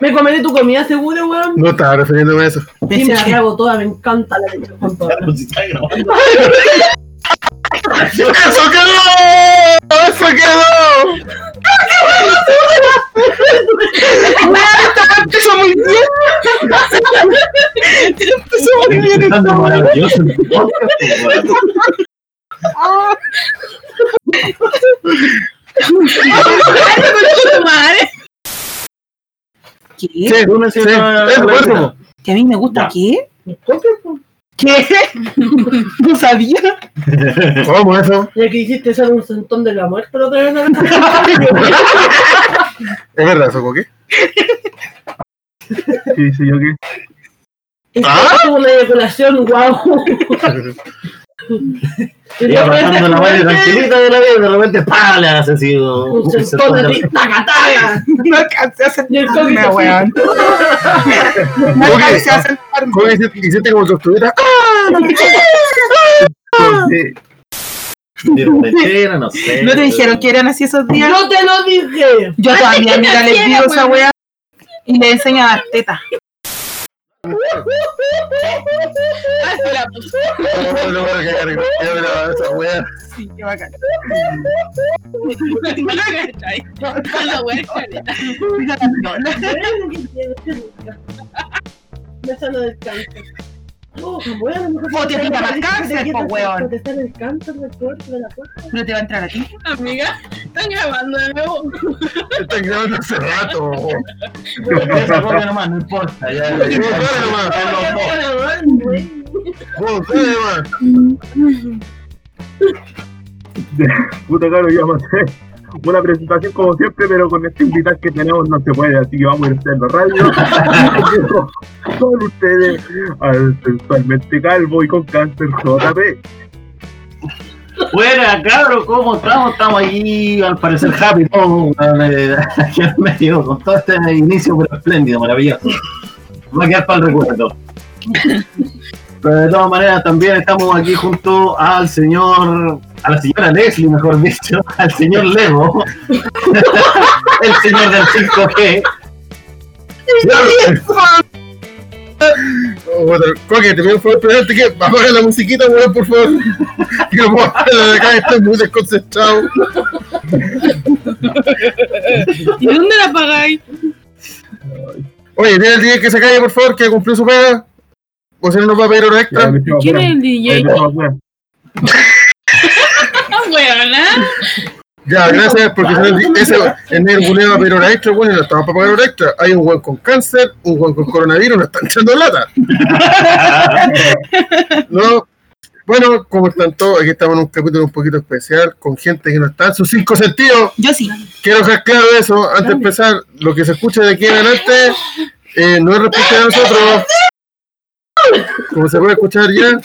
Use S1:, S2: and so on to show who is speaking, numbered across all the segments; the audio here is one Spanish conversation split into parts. S1: Me comeré tu comida seguro, weón.
S2: No estaba refiriéndome a eso.
S1: Sí, me la trago toda, me encanta la leche con toda.
S3: Claro, si está grabando.
S2: ¡Eso quedó! ¡Eso quedó! ¡Empezó muy bien! ¡Empezó muy bien esta
S3: Empezando
S2: weá.
S3: maravilloso el podcast, weón.
S4: ¿Qué?
S2: Sí, sí,
S3: sí,
S2: es
S3: no,
S2: buenísimo.
S4: ¿Que a mí me gusta
S3: Ya.
S4: qué?
S1: ¿Qué?
S4: No sabía.
S2: ¿Cómo eso?
S1: Ya que hiciste ser un sentón de la muerte la otra vez, ¿no?
S2: ¿Es verdad eso, Coque? Sí, sí, yo qué.
S1: Esto
S2: Ah.
S1: es una eyaculación, guau.
S3: Iba pasando la madre tranquilita de la vida y de repente ¡pah! le hace así un-
S1: Un
S3: un
S1: sentón de
S3: sentón
S1: ti,
S3: de-
S1: taca, taca.
S4: No alcancé a sentarme,
S1: Y el COVID así.
S4: weón. No
S2: Coque,
S4: alcancé a sentarme.
S2: Coque, hiciste- hiciste como si estuviera. ¡Ah! Coque.
S3: de borrachera, no sé.
S4: ¿No te dijeron que eran así esos días?
S1: Yo te lo dije.
S4: Yo todavía, mira,
S5: no
S4: les
S5: quiero,
S4: digo esa
S5: weón.
S4: weá. Y le enseño a dar teta.
S2: No, no voy a cagar, no, ya me la- esa weá.
S4: Sí, qué bacán.
S1: Me sano del cáncer. Oh, bueno, mejor
S4: Vos te pica más cáncer, po, weón.
S1: Protestar el cáncer del cuerpo de la puerta.
S4: ¿Pero te va a entrar a ti?
S5: Amiga, están grabando de nuevo.
S2: Está grabando hace rato.
S3: Esa copia nomás, no importa. Ya, ya, ya.
S2: Dale nomás. Vos, dale nomás.
S6: Puta, claro, ya maté. Una presentación como siempre, pero con este invitado que tenemos no se puede, así que vamos a ir haciendo radio. con ustedes, al sensualmente calvo y con cáncer JP.
S3: Buena, cabros, ¿cómo estamos? Estamos aquí, al parecer, happy. ¿no? Eh, Aquí al medio, con todo este inicio, pero espléndido, maravilloso. Va a quedar para el recuerdo. Pero de todas maneras, también estamos aquí junto al señor, a la señora Leslie, mejor dicho, al señor Lego, el señor del 5G.
S2: Oh, bueno, Coque, te pido un favor, pero antes que apaga la musiquita, weón, por favor. Que no puedo hablar de acá, estoy muy desconcentrado.
S5: ¿Y dónde la pagáis?
S2: Oye, dile al DJ que se calle, por favor, que cumplió su pega. O si no, nos va a pedir hora
S6: Ya,
S2: extra.
S6: me echaba
S5: ¿Quién
S6: fuera.
S5: es el
S6: Ahí
S5: DJ?
S6: me echaba fuera.
S5: Ah, weona.
S2: Ya, gracias, porque si no, el- ese el negro culeo va a pedir hora extra, bueno, no estamos para pagar hora extra. Hay un weón con cáncer, un weón con coronavirus, nos están echando lata. No. Bueno, como están todos, aquí estamos en un capítulo un poquito especial, con gente que no está en sus cinco sentidos.
S4: Yo sí.
S2: Quiero dejar claro eso, antes de empezar, lo que se escucha de aquí en adelante eh, no es responsabilidad de nosotros. Como se puede escuchar ya.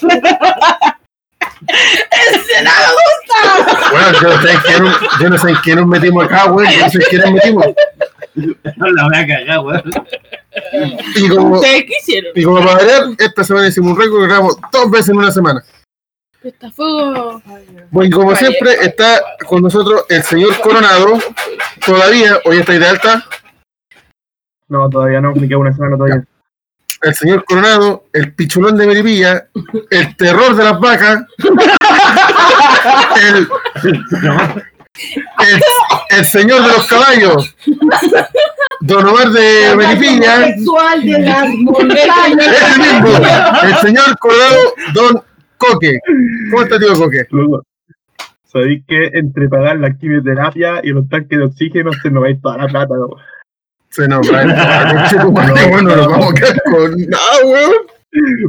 S2: Bueno, yo no sé en quién, yo no sé en quién nos metimos acá, güey. Yo no sé en quién nos metimos.
S3: No la voy a cagar, weón.
S2: Y como,
S5: ¿Ustedes qué hicieron?
S2: y como para variar, esta semana hicimos un récord que grabamos dos veces en una semana.
S5: Está fuego.
S2: Bueno, y como siempre, está con nosotros el señor Coronado. Todavía, hoy estáis de alta.
S6: No, todavía no, me queda una semana todavía.
S2: el señor Coronado, el pichulón de Meripilla, el terror de las vacas, el, el, el señor de los caballos, Don Omar de Meripilla,
S1: Sexual de las montañas.
S2: el mismo, el señor Coronado, Don Coque. ¿Cómo está, tío Coque?
S6: Luego, sabéis que entre pagar la quimioterapia y los tanques de oxígeno se nos va a ir toda la plata, ¿no?
S2: Se eh. nos va el chico, bueno, nos vamos a quedar con nada, weón.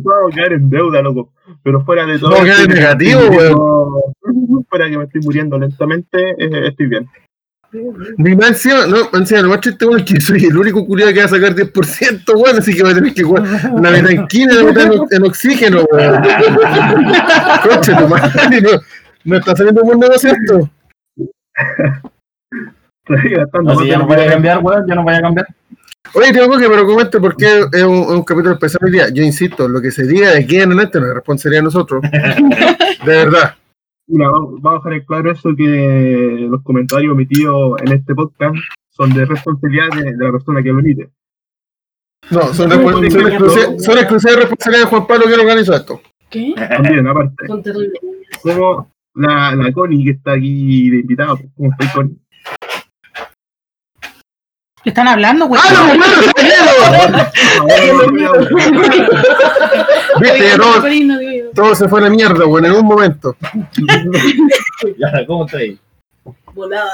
S6: Vamos a caer en deuda, loco. Pero fuera de todo.
S2: Vamos a quedar en negativo,
S6: weón. Fuera que me estoy muriendo lentamente, eh, estoy bien.
S2: Ni más encima, no, más encima, lo más triste, bueno, es que soy el único curioso que va a sacar 10%, weón, así que va a tener que jugar una metanquina, la mitad en, o- en oxígeno, weón. Coche, tu madre, no, no está saliendo un buen negocio esto.
S6: Estoy gastando.
S3: No,
S6: más
S3: si
S6: de
S3: ya
S6: lo
S3: no
S6: que
S3: voy a
S6: gané.
S3: cambiar, weón, ya no voy a cambiar.
S2: Oye, tengo que, pero comente por qué es un, es un capítulo especial hoy día. Yo insisto, lo que se diga de aquí en adelante no es responsabilidad de nosotros. De verdad.
S6: Mira, vamos vamos a dejar en claro eso que los comentarios omitidos en este podcast son de responsabilidad de, de la persona que lo emite.
S2: No, son, respons- son exclusi- son exclusiva responsabilidad de Juan Pablo que organizó esto.
S5: ¿Qué?
S6: También, aparte.
S1: Son terribles.
S6: Como la, la Connie que está aquí de invitada. pues, ¿Cómo estáis, Connie?
S4: Están hablando, güey.
S2: Viste, todo,
S5: Pero no digo yo.
S2: todo se fue a la mierda, weón, en un momento.
S3: Y ahora, ¿cómo está ahí?
S1: Volada.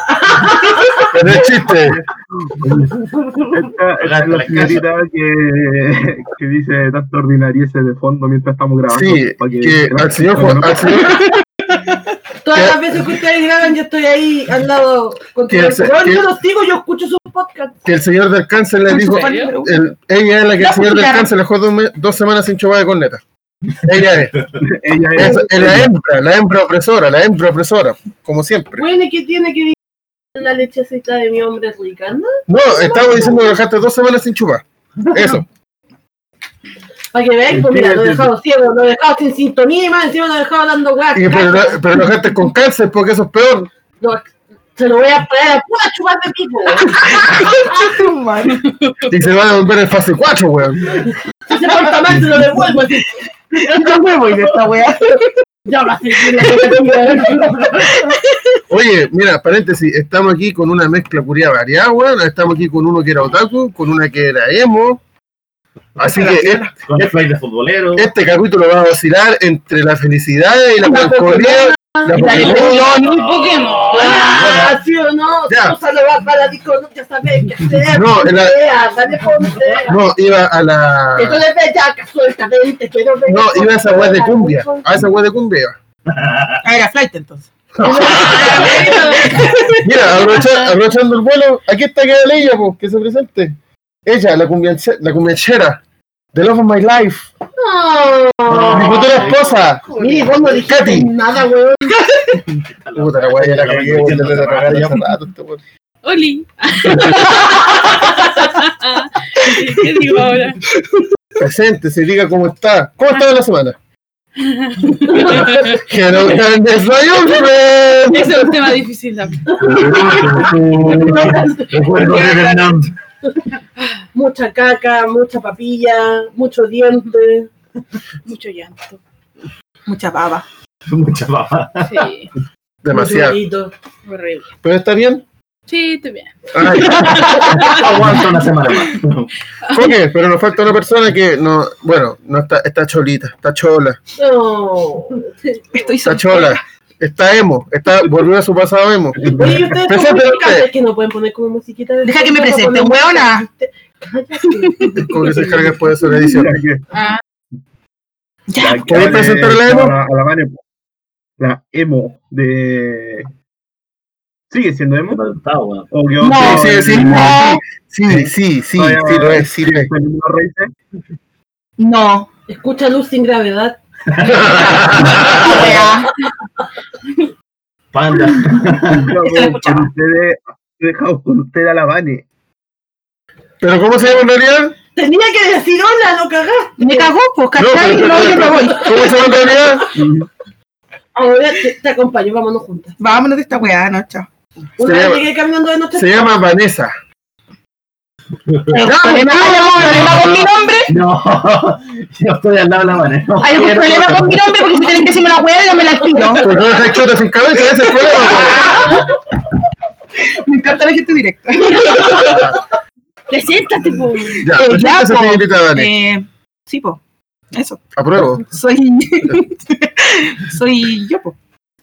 S2: Pero es chiste.
S6: Esta, esta es la señorita que, que dice tanto ordinarieces de fondo mientras estamos grabando.
S2: Sí,
S6: pa'
S2: que al señor Juan, al señor,
S1: Todas
S2: ¿Qué?
S1: las veces que ustedes graban, yo estoy ahí al lado. Con
S2: ¿Qué
S1: todo el-
S2: hace-
S1: Pero
S2: qué-
S1: yo los sigo, yo escucho sus podcasts.
S2: que el señor del cáncer le dijo, el- ella es la que el señor del cáncer le dejó dos, me- dos semanas sin chupada de corneta. Ella es,
S6: Ella es,
S2: es, es la hembra, la hembra opresora, la hembra opresora, como siempre.
S1: Bueno, ¿y ¿qué tiene que ver la lechecita de mi hombre rica? ¿no?
S2: No, estaba diciendo que dejaste dos semanas sin chupar. Eso.
S1: Para que veáis, pues
S6: Sí,
S1: mira,
S6: sí,
S1: lo he
S6: sí.
S1: dejado ciego, lo he dejado sin sintonía y más encima lo he dejado dando weas.
S2: Y, pero,
S1: cachas.
S2: pero lo dejaste con cáncer porque eso es peor.
S1: Lo- Se lo voy a traer a pura chupar de pico. ¿eh?
S2: Y se va a devolver en fase 4, weón.
S1: Si se porta mal, se lo devuelvo. así.
S4: No me voy de esta wea.
S1: Ya va a seguir la negativa. ¿eh?
S2: Oye, mira, paréntesis, estamos aquí con una mezcla curia variada, weón. Estamos aquí con uno que era otaku, con una que era emo. Así que es-
S3: Con el play de futbolero.
S2: este capítulo va a vacilar entre la felicidad y la melancolía. La Pokémon.
S5: Muy Pokémon.
S1: Ah, ¿sí o no?
S2: Ya.
S1: Tú solo vas para la disco, no te sabes qué hacer.
S2: No, en la-
S1: Pontea, dale pontea.
S2: No, iba a la.
S1: Entonces ve ya que sueltamente, pero ve-
S2: No, iba a esa weá de cumbia. A esa weá de cumbia. iba.
S4: Ah, Era flight entonces.
S2: Mira, abrocha- abrochando el vuelo, aquí está que ella, po, que se presente. Ella, la, cumbianche- la cumbianchera. The Love of My Life. Mi futura esposa.
S1: Mira, vos no dijiste
S2: Katy.
S1: nada, weón.
S2: Puta la weá, ya la cagué, weón, ya la cagaron hace rato, este weón.
S5: Oli. ¿Qué- ¿Qué digo ahora?
S2: Presente, se diga cómo está. ¿Cómo está la semana? Hello, kindness, my old friend.
S5: Ese es un tema difícil también.
S3: Recuerdo de Vietnam.
S1: Mucha caca, mucha papilla, mucho diente.
S5: Mucho llanto.
S4: Mucha baba.
S3: Mucha papa.
S5: Sí,
S2: Demasiado.
S1: mucho grito.
S5: horrible.
S2: ¿Pero está bien?
S5: Sí, estoy bien.
S2: Ay,
S3: Aguanto una semana más.
S2: Coque, pero nos falta una persona que no, bueno, no está, está cholita, está chola,
S1: No.
S4: Estoy
S2: está
S4: sol-
S2: chola, está emo, está, volvió a su pasado emo.
S1: Oye, ¿y ustedes
S2: Presente
S1: como
S2: usted.
S1: cantantes que no pueden poner como musiquita de-
S4: Deja que me presente,
S1: Ponen-
S4: weona.
S1: Cállate.
S2: Como que se descarga después de su edición.
S6: la que-
S5: Ah,
S4: Ya.
S6: la que
S2: ¿Queréis presentar la emo?
S6: a la- a la Vane, po. La emo de. ¿Sigue siendo emo? ¿O quedó-
S2: Sí, sí, sí,
S4: No.
S2: sí, sí, sí, sí, sí lo es, sí lo es.
S6: ¿Fue el mismo raíces?
S4: No.
S1: Escucha luz sin gravedad.
S4: Esta wea.
S3: Panda.
S6: Dejamos
S4: Eso lo escuchaba.
S6: con ustedes- dejamos con usted a la Vane.
S2: Pero ¿cómo se llama en realidad?
S1: Tenía que decir hola, lo cagaste.
S4: Me cagó, pues,
S2: No,
S4: ¿cachai?
S2: pero-
S4: No, yo me voy.
S2: ¿Cómo se llama en realidad?
S1: Ahora te, te acompaño, vámonos juntas.
S4: Vámonos de esta weá, no, chao.
S1: Una
S2: Se
S1: vez
S2: llama-
S1: llegué caminando de noche.
S2: Se llama Vanessa.
S4: ¿Hay algún problema con mi nombre?
S3: No, yo estoy al lado de la mano. No,
S4: ¿Hay algún
S3: quiero-
S4: problema con mi nombre? Porque si tienen que decirme una weá, dígamela al tiro.
S2: Porque no está chota sin cabeza, ese es el problema.
S4: Me encanta la gente directa.
S5: preséntate,
S2: Ya,
S5: po.
S4: Eh, ya,
S2: preséntese,
S4: po.
S2: señorita Vane.
S4: Eh, sí, po. Eso.
S2: Apruebo.
S4: Soy. soy yo, po.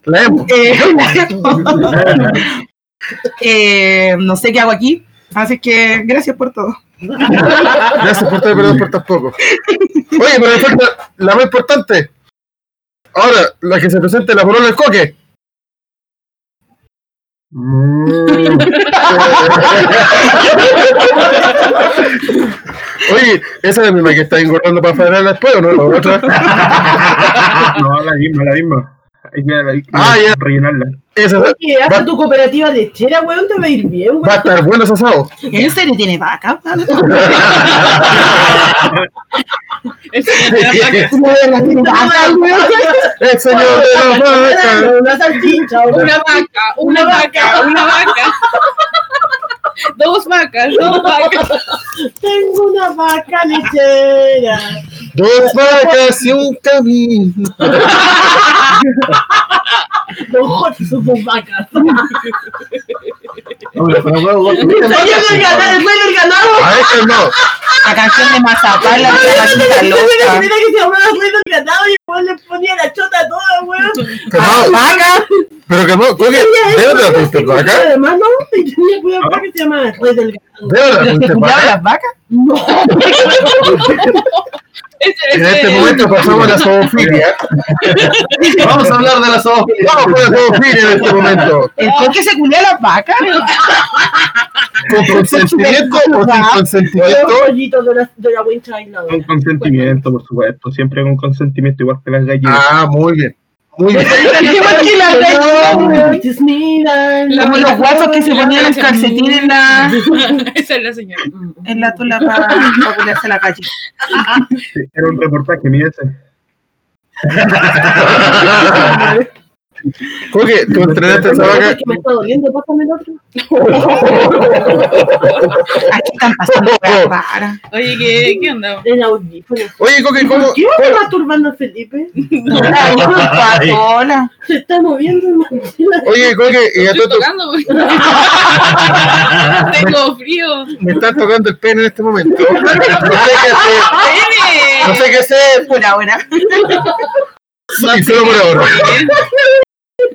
S2: La emo.
S4: Eh, eh, no sé qué hago aquí. Así que gracias por todo.
S2: Gracias por estar perdón por tampoco. Oye, pero me falta la más importante. Ahora, la que se presente la polola del coque. Mm. Oye, esa es la misma que está engordando para faenarla después, ¿o no? La otra.
S6: No, la misma, la misma. Hay que, hay que
S2: Ah, ya.
S6: rellenarla.
S2: Esa
S1: Oye, haz
S2: va-
S1: tu cooperativa lechera, weón, te va a ir bien,
S2: va a
S1: weón.
S2: estar buena esa asado.
S4: ¿En serio tiene vaca?
S5: El señor de la vaca.
S4: ¿Tiene vaca, weón?
S2: El señor de la vaca.
S1: Una salchicha, una
S5: Una vaca, una vaca, una vaca. Dos vacas, dos vacas.
S1: Tengo una vaca lechera.
S2: Dos vacas y un camino.
S1: Don Jorge son dos vacas.
S3: No, pero- pero huevo, vos tuviste
S1: Está
S3: vacas,
S1: yendo el ganado,
S3: compadre.
S1: el bueno, el ganado.
S2: A ver, calmado.
S4: La canción de Mazapán, la de la
S1: Mira
S4: chica
S1: la
S4: loca.
S1: primera que se llamaba Ruido el ganado y el weón le ponía la chota a toda, weón.
S2: Calmado.
S4: Vaca.
S2: Pero calmado, ¿cómo que? ¿De dónde la pusiste vaca?
S1: Además, no, y tenía cuidado con que se llamaba Ruido el ganado.
S2: ¿De dónde la
S4: ¿Los que
S2: pusiste
S4: cuidaban
S2: vaca?
S4: las vacas?
S5: Ese-
S2: En
S5: ese-
S2: este momento pasamos a la zoofilia.
S3: Vamos a hablar de la zoofilia.
S2: Vamos con la zoofilia en este momento.
S4: ¿El porque se culea las vacas?
S2: ¿Con consentimiento o sin consentimiento?
S1: Los pollitos de la, de la wincha aislada.
S6: Con consentimiento, por supuesto. Siempre con consentimiento, igual que las gallinas.
S2: Ah, muy bien. Muy bien.
S1: Just need a-
S4: Como los guasos que se ponían el
S5: Gracias.
S4: calcetín en la,
S5: Esa es la señora.
S4: en la tula para, para culearse la calle.
S6: Sí, Era un reportaje, mi ese.
S2: Coque, tú entrenaste a esa vaca.
S1: Es que me está doliendo, pásame el otro.
S4: Aquí están pasando cosas raras.
S5: Oye, ¿qué, qué onda?
S1: El audífono.
S2: Oye, Coque, ¿cómo?
S1: ¿Por qué me está masturbando Felipe?
S4: Ay, Paola.
S1: Se está moviendo en la
S2: Oye, Coque, y a
S5: Estoy
S2: Toto,
S5: tocando, güey. Tengo frío.
S2: me están tocando el pene en este momento. No sé qué hacer. No sé qué hacer.
S5: ¡Pene!
S4: Por ahora.
S2: Y solo por ahora.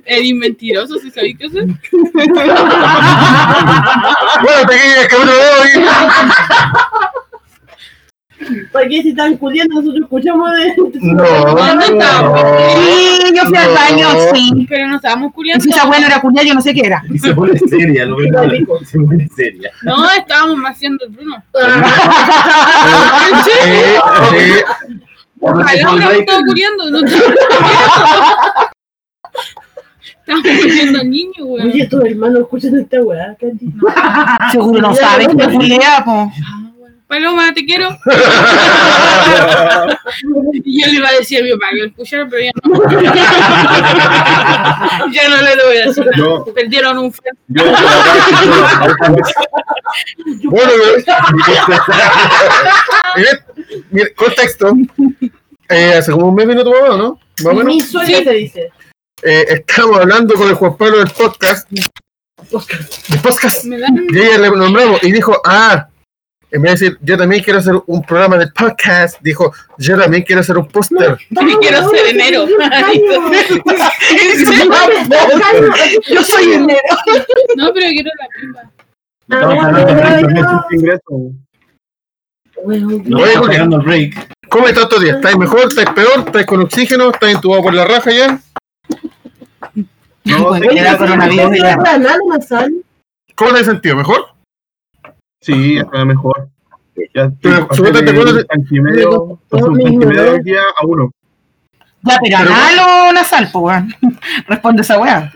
S5: Eres mentiroso, si sabéis que eso.
S2: Bueno, pequeña, que uno veo ahí.
S1: ¿Para qué si están culiando? Nosotros escuchamos de.
S2: No.
S5: ¿Dónde
S2: no.
S4: Sí, yo fui al baño, sí.
S5: Pero nos estábamos culiando.
S4: Si esa buena era culiar, yo no sé qué era.
S3: Y se pone seria, lo peor. Se pone seria.
S5: No, estábamos haciendo el Bruno.
S2: Eh, eh,
S5: Ojalá hubiéramos estado culiando. No estábamos culiando. Estábamos culiando al niño, güey.
S1: Oye, tus hermanos escuchan esta weá, Candy. Ah,
S4: Seguro no sabes que me culea, po.
S5: Paloma, te quiero. Y yo le iba a decir a mi papá que lo escuchara, pero ya no. ya no le voy a decir nada.
S6: Yo,
S5: Perdieron un fan.
S6: yo, la verdad es que yo-
S2: Bueno, pero- Mira, contexto. Eh, hace como un mes vino tu mamá, ¿no? Más o menos.
S1: Mi suegra
S5: Sí.
S1: se dice.
S2: Eh, estamos hablando con el Juan Pablo del podcast. Del podcast.
S5: Me dan.
S2: Y ella le nombramos y dijo, ah, en vez de decir, yo también quiero hacer un programa de podcast, dijo, yo también quiero hacer un póster.
S5: También quiero ser enero.
S4: Yo soy el negro.
S5: No, pero quiero la prima.
S6: Estamos hablando de break, también sus ingresos.
S3: No,
S2: Oye,
S3: está
S2: Coque,
S3: pegando el break.
S2: ¿cómo estás estos días? ¿Estás mejor? ¿Estás peor? ¿Estás con oxígeno? ¿Estás entubado por la raja ya?
S6: No,
S4: Bueno,
S6: sí,
S4: pues, era coronavirus. ya.
S2: ¿Cómo te has sentido? ¿Mejor?
S6: Sí, está mejor. Ya,
S2: Pero,
S6: pasé
S2: súbete, ¿te
S6: de
S2: acuerdas de-
S6: un tanque y medio, pasé Pues un tanque y medio de día a uno.
S4: Ya, pero
S2: Pero-
S4: anal o nasal, po, weón. Responde esa weá.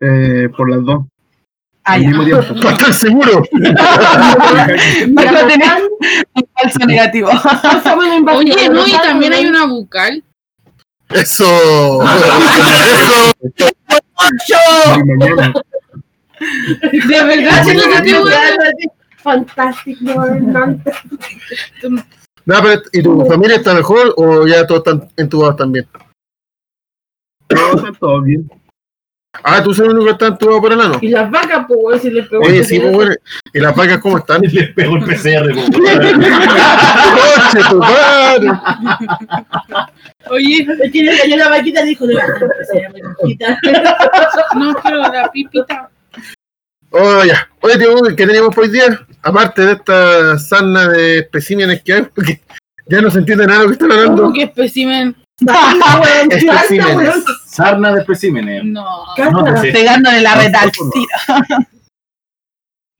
S6: eh, por las dos.
S4: Ah,
S6: al
S4: ya.
S6: mismo tiempo.
S2: ¿Estás tan seguro?
S4: Para no tener un falso negativo.
S5: Oye, no, y también hay una bucal.
S2: Eso. Eso.
S6: Y mañana.
S5: De verdad,
S2: Ah,
S5: siento que estoy buena.
S1: Fantástico,
S2: No, pero, ¿y tu familia está mejor o ya todos están entubados también?
S6: No, está todo bien.
S2: Ah, tú sabes el único que está entubado por el ano.
S1: Y las vacas, pues, weón, si les pegó.
S2: Oye, sí, pues, bueno. ¿Y las vacas cómo están?
S3: Le pegó el PCR. como-
S2: ¡Coche, tu madre!
S5: Oye,
S2: Eh,
S1: Es que le cayó la vaquita y dijo, de verdad, se llama vaquita. Ah,
S2: Este
S5: no quiero la pipita.
S2: Oh, ya. Oye, tío, ¿qué teníamos por hoy día? Aparte de esta sarna de especímenes que hay, porque ya no se entiende nada de lo que están hablando.
S5: ¿Cómo que especimen?
S1: Vaquita, weón, planta,
S2: Especímenes.
S1: weón.
S3: Sarna de especímenes.
S5: No.
S3: No,
S1: Cata.
S3: sí.
S4: Pegándole la
S6: No,
S4: redactita.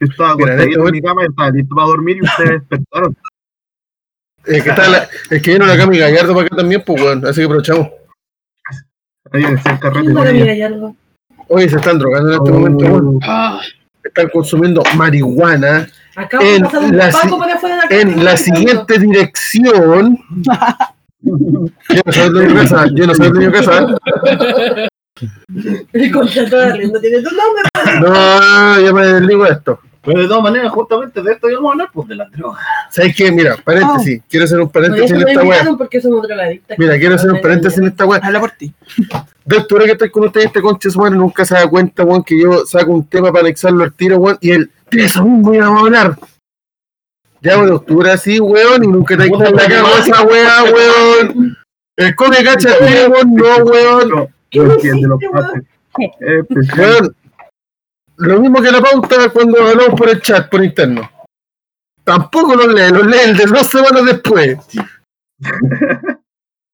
S6: Yo estaba
S2: Mira, en este
S6: acostadito en mi cama, estaba listo para dormir y ustedes despertaron.
S2: Eh, que está la- el que vino la Cami Gallardo para acá también, pues, bueno, así que aprovechamos.
S6: Ahí en el carrete.
S1: Mira,
S6: con
S1: mira,
S6: ella.
S1: ya lo-
S2: Oye, se están drogando en este momento, bueno.
S6: Oh,
S5: Ah,
S2: Están consumiendo marihuana
S1: Acabo de
S2: En
S1: pasar un
S2: la si-
S1: paco para afuera de la casa.
S2: en la siguiente dirección. Yo no soy el dueño de casa, yo no soy el dueño de casa.
S1: El contrato de arriendo tiene tu nombre.
S2: Este No, yo me desligo de esto.
S3: Pero de todas maneras, justamente de esto ya vamos a hablar, pues de las drogas.
S2: ¿Sabes qué? Mira, paréntesis. Quiero hacer un
S1: Por
S2: paréntesis
S1: eso
S2: en
S1: me
S2: esta weá.
S1: miraron porque somos drogadictas.
S2: Mira, quiero hacer un paréntesis en esta weá.
S4: Habla por ti.
S2: Doctor, ahora que estoy con ustedes, este concha su madre nunca se da cuenta, weón, que yo saco un tema para anexarlo al tiro, weón, y él, de eso mismo íbamos a hablar. Ya, weón, doctor, así, weón, y nunca te
S3: Puta
S2: cuenta la
S3: la
S2: cagó
S3: madre.
S2: esa weá, weón. El coque cacha, weón, no, weón.
S6: No, no entiende los
S1: hiciste,
S6: pases. Especial.
S2: Weón, lo mismo que la pauta cuando hablamos por el chat, por interno. Tampoco los lee, los lee el de dos semanas después.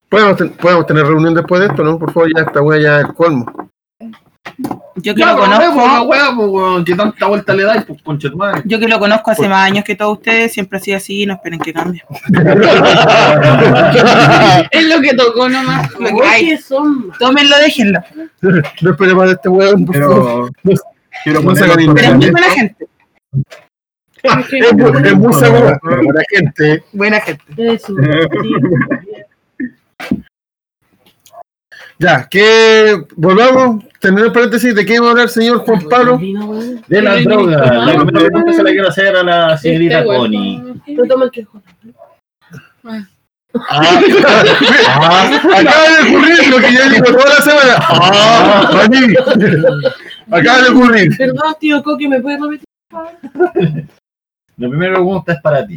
S2: ¿Podemos, ten- podemos tener reunión después de esto, ¿no? Por favor, ya esta weá ya es el colmo.
S4: Yo que
S3: Ya,
S4: lo
S3: pero no, pues, la
S4: conozco,
S3: weá, pues, weón, que tanta vuelta le dais, pues, concha tu madre.
S4: yo que lo conozco hace más años que todos ustedes, siempre ha sido así, no esperen que cambie.
S5: Es lo que tocó nomás.
S4: Lo que hay.
S1: Oye, son.
S4: Tómenlo, déjenlo.
S2: No esperemos de este weón, por favor.
S6: Pero quiero
S2: No saca ni-
S4: Pero es muy
S2: Realmente.
S4: buena gente.
S2: Es, bu- es muy segura para la gente.
S4: Buena gente.
S1: de su- sí.
S2: Ya, que volvamos. Tener el paréntesis de qué iba a hablar, señor Juan Pablo.
S1: Pues, Vino, weón.
S3: De las
S5: Pero
S3: drogas.
S5: no,
S3: La
S5: no,
S3: primera pregunta se la quiero hacer a la señorita
S5: Este weón.
S3: Connie.
S1: Tú toma el que joda.
S3: Ah, ah,
S2: Acaba de ocurrir lo que yo digo toda la semana. ¡Ah! Aquí. Acaba de ocurrir.
S1: Perdón, tío Coque, ¿me puedes repetir?
S3: La primera pregunta es para ti.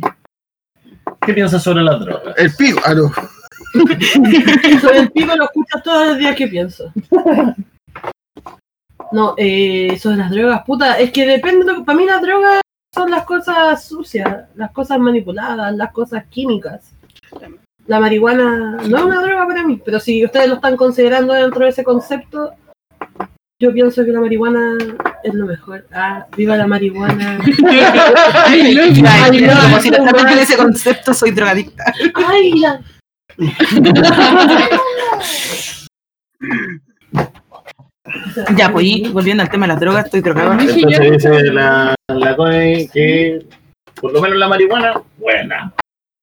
S3: ¿Qué piensas sobre las drogas?
S2: El pico. Ah, no.
S1: Soy el pico, lo escuchas todos los días que pienso. No, eh, eso de las drogas, puta, es que depende, para mí las drogas son las cosas sucias, las cosas manipuladas, las cosas químicas. La marihuana no es una droga para mí, pero si ustedes lo están considerando dentro de ese concepto, yo pienso que la marihuana es lo mejor. Ah, viva la marihuana.
S4: Ay,
S1: no,
S4: Como si no
S1: no,
S4: estás en
S1: no.
S4: ese concepto, soy drogadicta.
S1: Ay, la-
S4: Ya, pues, y volviendo al tema de las drogas, estoy drogada.
S3: Entonces dice la, la Connie que por lo menos la marihuana, buena.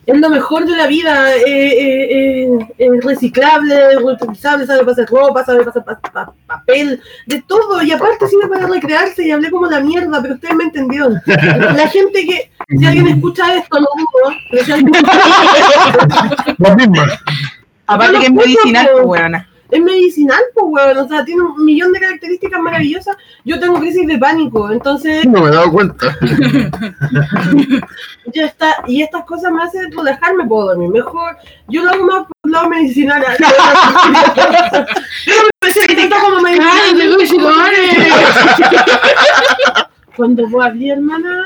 S1: Es lo mejor de la vida, eh, eh, eh, es reciclable, reutilizable, sabe pasar ropa, sabe pasar pa- pa- papel, de todo, y aparte sirve para recrearse, y hablé como la mierda, pero ustedes me entendieron. La gente que, si alguien escucha esto, lo dudo, pero si alguien-
S2: La misma.
S4: Aparte que es medicinal,
S1: Pero-
S4: pues, weona.
S1: es medicinal, pues, weón, o sea, tiene un millón de características maravillosas, yo tengo crisis de pánico, entonces,
S2: No me he dado cuenta.
S1: ya está, y estas cosas me hacen relajarme, puedo dormir mejor, yo lo hago más por el lado medicinal. Yo no me siento como medicinal.
S5: ¡Cállate, conchetumare!
S1: Cuando vos hablé, hermana,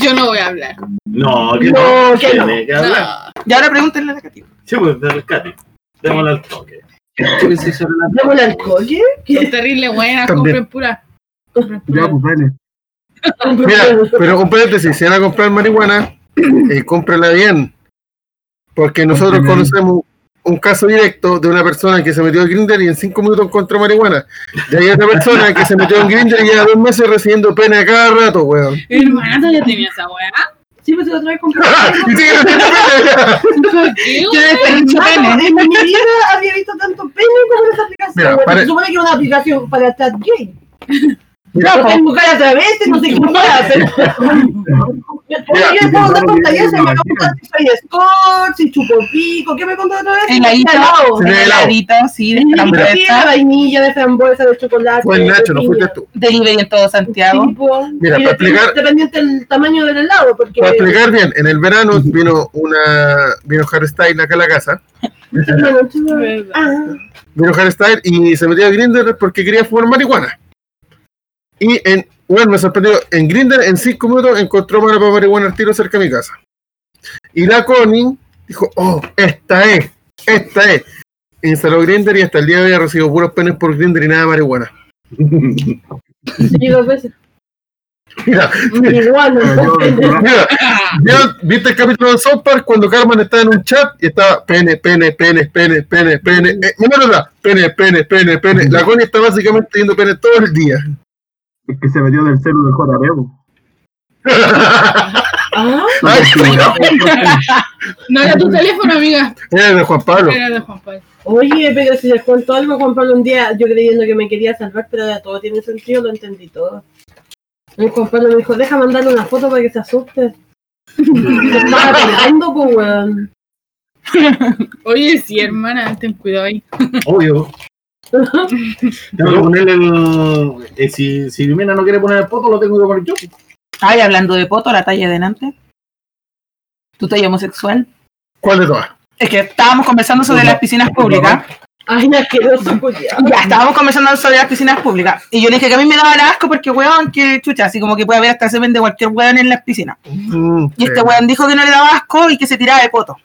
S5: Yo no voy a hablar.
S3: No, que
S1: No, que no.
S3: tiene que hablar.
S5: No.
S4: Y ahora pregúntenle a la Katy.
S3: Sí, pues, de rescate. Démosle al toque. ¿Qué piensas sobre las
S1: ¿damos el alcohol? ¿qué?
S5: Son terribles buenas,
S2: También.
S5: compren pura. Compren
S6: Ya,
S5: pura.
S6: pues dale.
S2: Mira, pero un paréntesis. Si van a comprar marihuana, eh, cómprala bien. Porque nosotros
S6: Cómprala bien.
S2: conocemos un caso directo de una persona que se metió en Grinder y en cinco minutos encontró marihuana. De ahí otra persona que se metió en Grinder y lleva dos meses recibiendo pena a cada rato, weón.
S5: Hermana, ya tenía esa weá.
S1: Sí, pues se lo trae con
S2: Sí, no tiene pena.
S5: ¿Qué?
S4: Yo desperté mucho
S1: Hermano,
S4: pene.
S1: En mi vida había visto tanto pene como en esa aplicación.
S2: Mira,
S1: Bueno,
S2: pare-
S1: Se supone que es una aplicación para chat gay.
S2: Mira,
S1: No,
S2: po.
S1: tengo cara a través, no sé qué más.
S6: Mira,
S1: Yo puedo andar con
S6: mira,
S1: tallas, me
S6: mira,
S1: preguntan si soy escort, si chupo pico, ¿qué me contó otra vez?
S4: El heladito,
S1: Helado.
S2: Sí,
S4: el
S2: helado.
S4: heladito, sí, de
S1: Sí, la
S4: frambuesa,
S1: vainilla, de frambuesa, de chocolate.
S2: Fue el
S1: de
S2: Nacho, no
S1: piña.
S2: fuiste tú.
S4: delivery en todo Santiago.
S1: Tipo,
S2: Mira,
S1: y
S2: para explicar-
S1: Dependiente del tamaño del helado, porque.
S2: Para explicar bien, en el verano vino una vino Hardstyle acá a la casa,
S1: Bueno, chulo.
S5: Verdad.
S1: Ah.
S2: vino Hardstyle y se metió a Grinder porque quería fumar marihuana. Y en, bueno, me sorprendió, en Grinder en cinco minutos encontró mano para marihuana al tiro cerca de mi casa. Y la Connie dijo, oh, esta es, esta es. Instaló Grinder y hasta el día de hoy ha recibido puros penes por Grinder y nada de marihuana.
S1: Y dos veces.
S2: Mira,
S1: Igual,
S6: Pero
S3: pues,
S6: yo-
S2: Mira, ¿vieron- ¿viste el capítulo de South Park cuando Carmen estaba en un chat y estaba pene, pene, pene, pene, pene, pene? Eh, no, no, no, pene, pene, pene, pene. La Connie está básicamente yendo pene todo el día.
S6: Es que se metió del celu del JB.
S1: Ah,
S2: Ay, no.
S5: No era tu teléfono, amiga.
S2: Era de eh, Juan Pablo.
S5: Era de Juan Pablo.
S1: oye, pero si les cuento algo, Juan Pablo, un día yo creyendo que me quería salvar, pero ya todo tiene sentido, lo entendí todo. Y Juan Pablo me dijo, deja mandarle una foto para que se asuste. Yo estaba peleando, pues, weón.
S5: Oye, sí, hermana, ten cuidado ahí.
S3: Obvio. Tengo que ponerle el. eh, si, si Lumina no quiere poner el foto, lo tengo que poner yo.
S4: Ay, hablando de poto, la talla delante. ¿Tu talla homosexual?
S2: ¿Cuál de todas?
S4: Es que estábamos conversando sobre las piscinas públicas.
S1: Ay, asqueroso, culiao.
S4: Ya, estábamos conversando sobre las piscinas públicas. Y yo le dije que a mí me daba el asco porque, weón, que chucha, así como que puede haber hasta se vende cualquier weón en las piscinas.
S2: Mm,
S4: Y este
S2: sí.
S4: weón dijo que no le daba asco y que se tiraba de poto.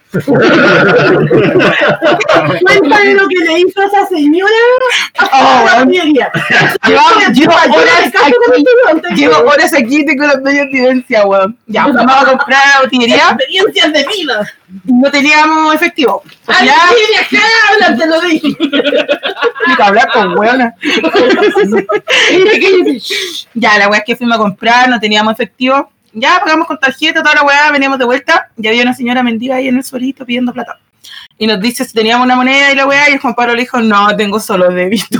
S1: Cuéntale lo que le hizo a esa señora.
S4: Oh,
S1: a la
S4: weón.
S1: mierda.
S4: Llevo, llevo
S1: Yo me
S4: horas
S1: caso con
S4: aquí.
S1: este weón, tengo
S4: Llevo horas aquí tengo las medias de evidencia, weón. Ya, vamos a comprar a la botillería.
S1: Experiencias de vida.
S4: No teníamos efectivo.
S1: Al
S4: Ya,
S1: fin, acá hablan, te lo dije.
S4: ni que hablar con weona. Ya, la weá es que fuimos a comprar, no teníamos efectivo. Ya, pagamos con tarjeta, toda la weá, veníamos de vuelta. Y había una señora mendiga ahí en el suelito pidiendo plata. Y nos dice si teníamos una moneda y la weá. Y el Juan Pablo le dijo, no, tengo solo débito.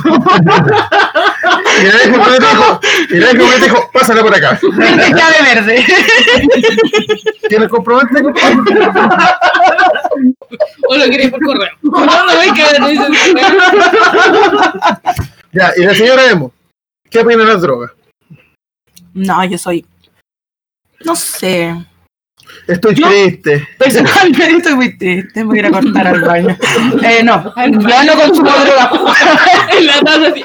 S2: Y la vieja Julieta dijo, y la vieja Julieta dijo, pásala por acá.
S4: Vente, clave verde.
S2: ¿Tienes comprobante?
S5: O lo quieres por correo. No, no, es que no dices, bueno,
S2: Ya, y la señora Emo, ¿qué opina de las drogas?
S4: No, yo soy... No sé.
S2: Estoy
S4: ¿Yo?
S2: triste.
S4: Personalmente estoy muy triste. Me voy a ir a cortar al baño. Eh, no, ya no consumo droga.
S5: En la taza así.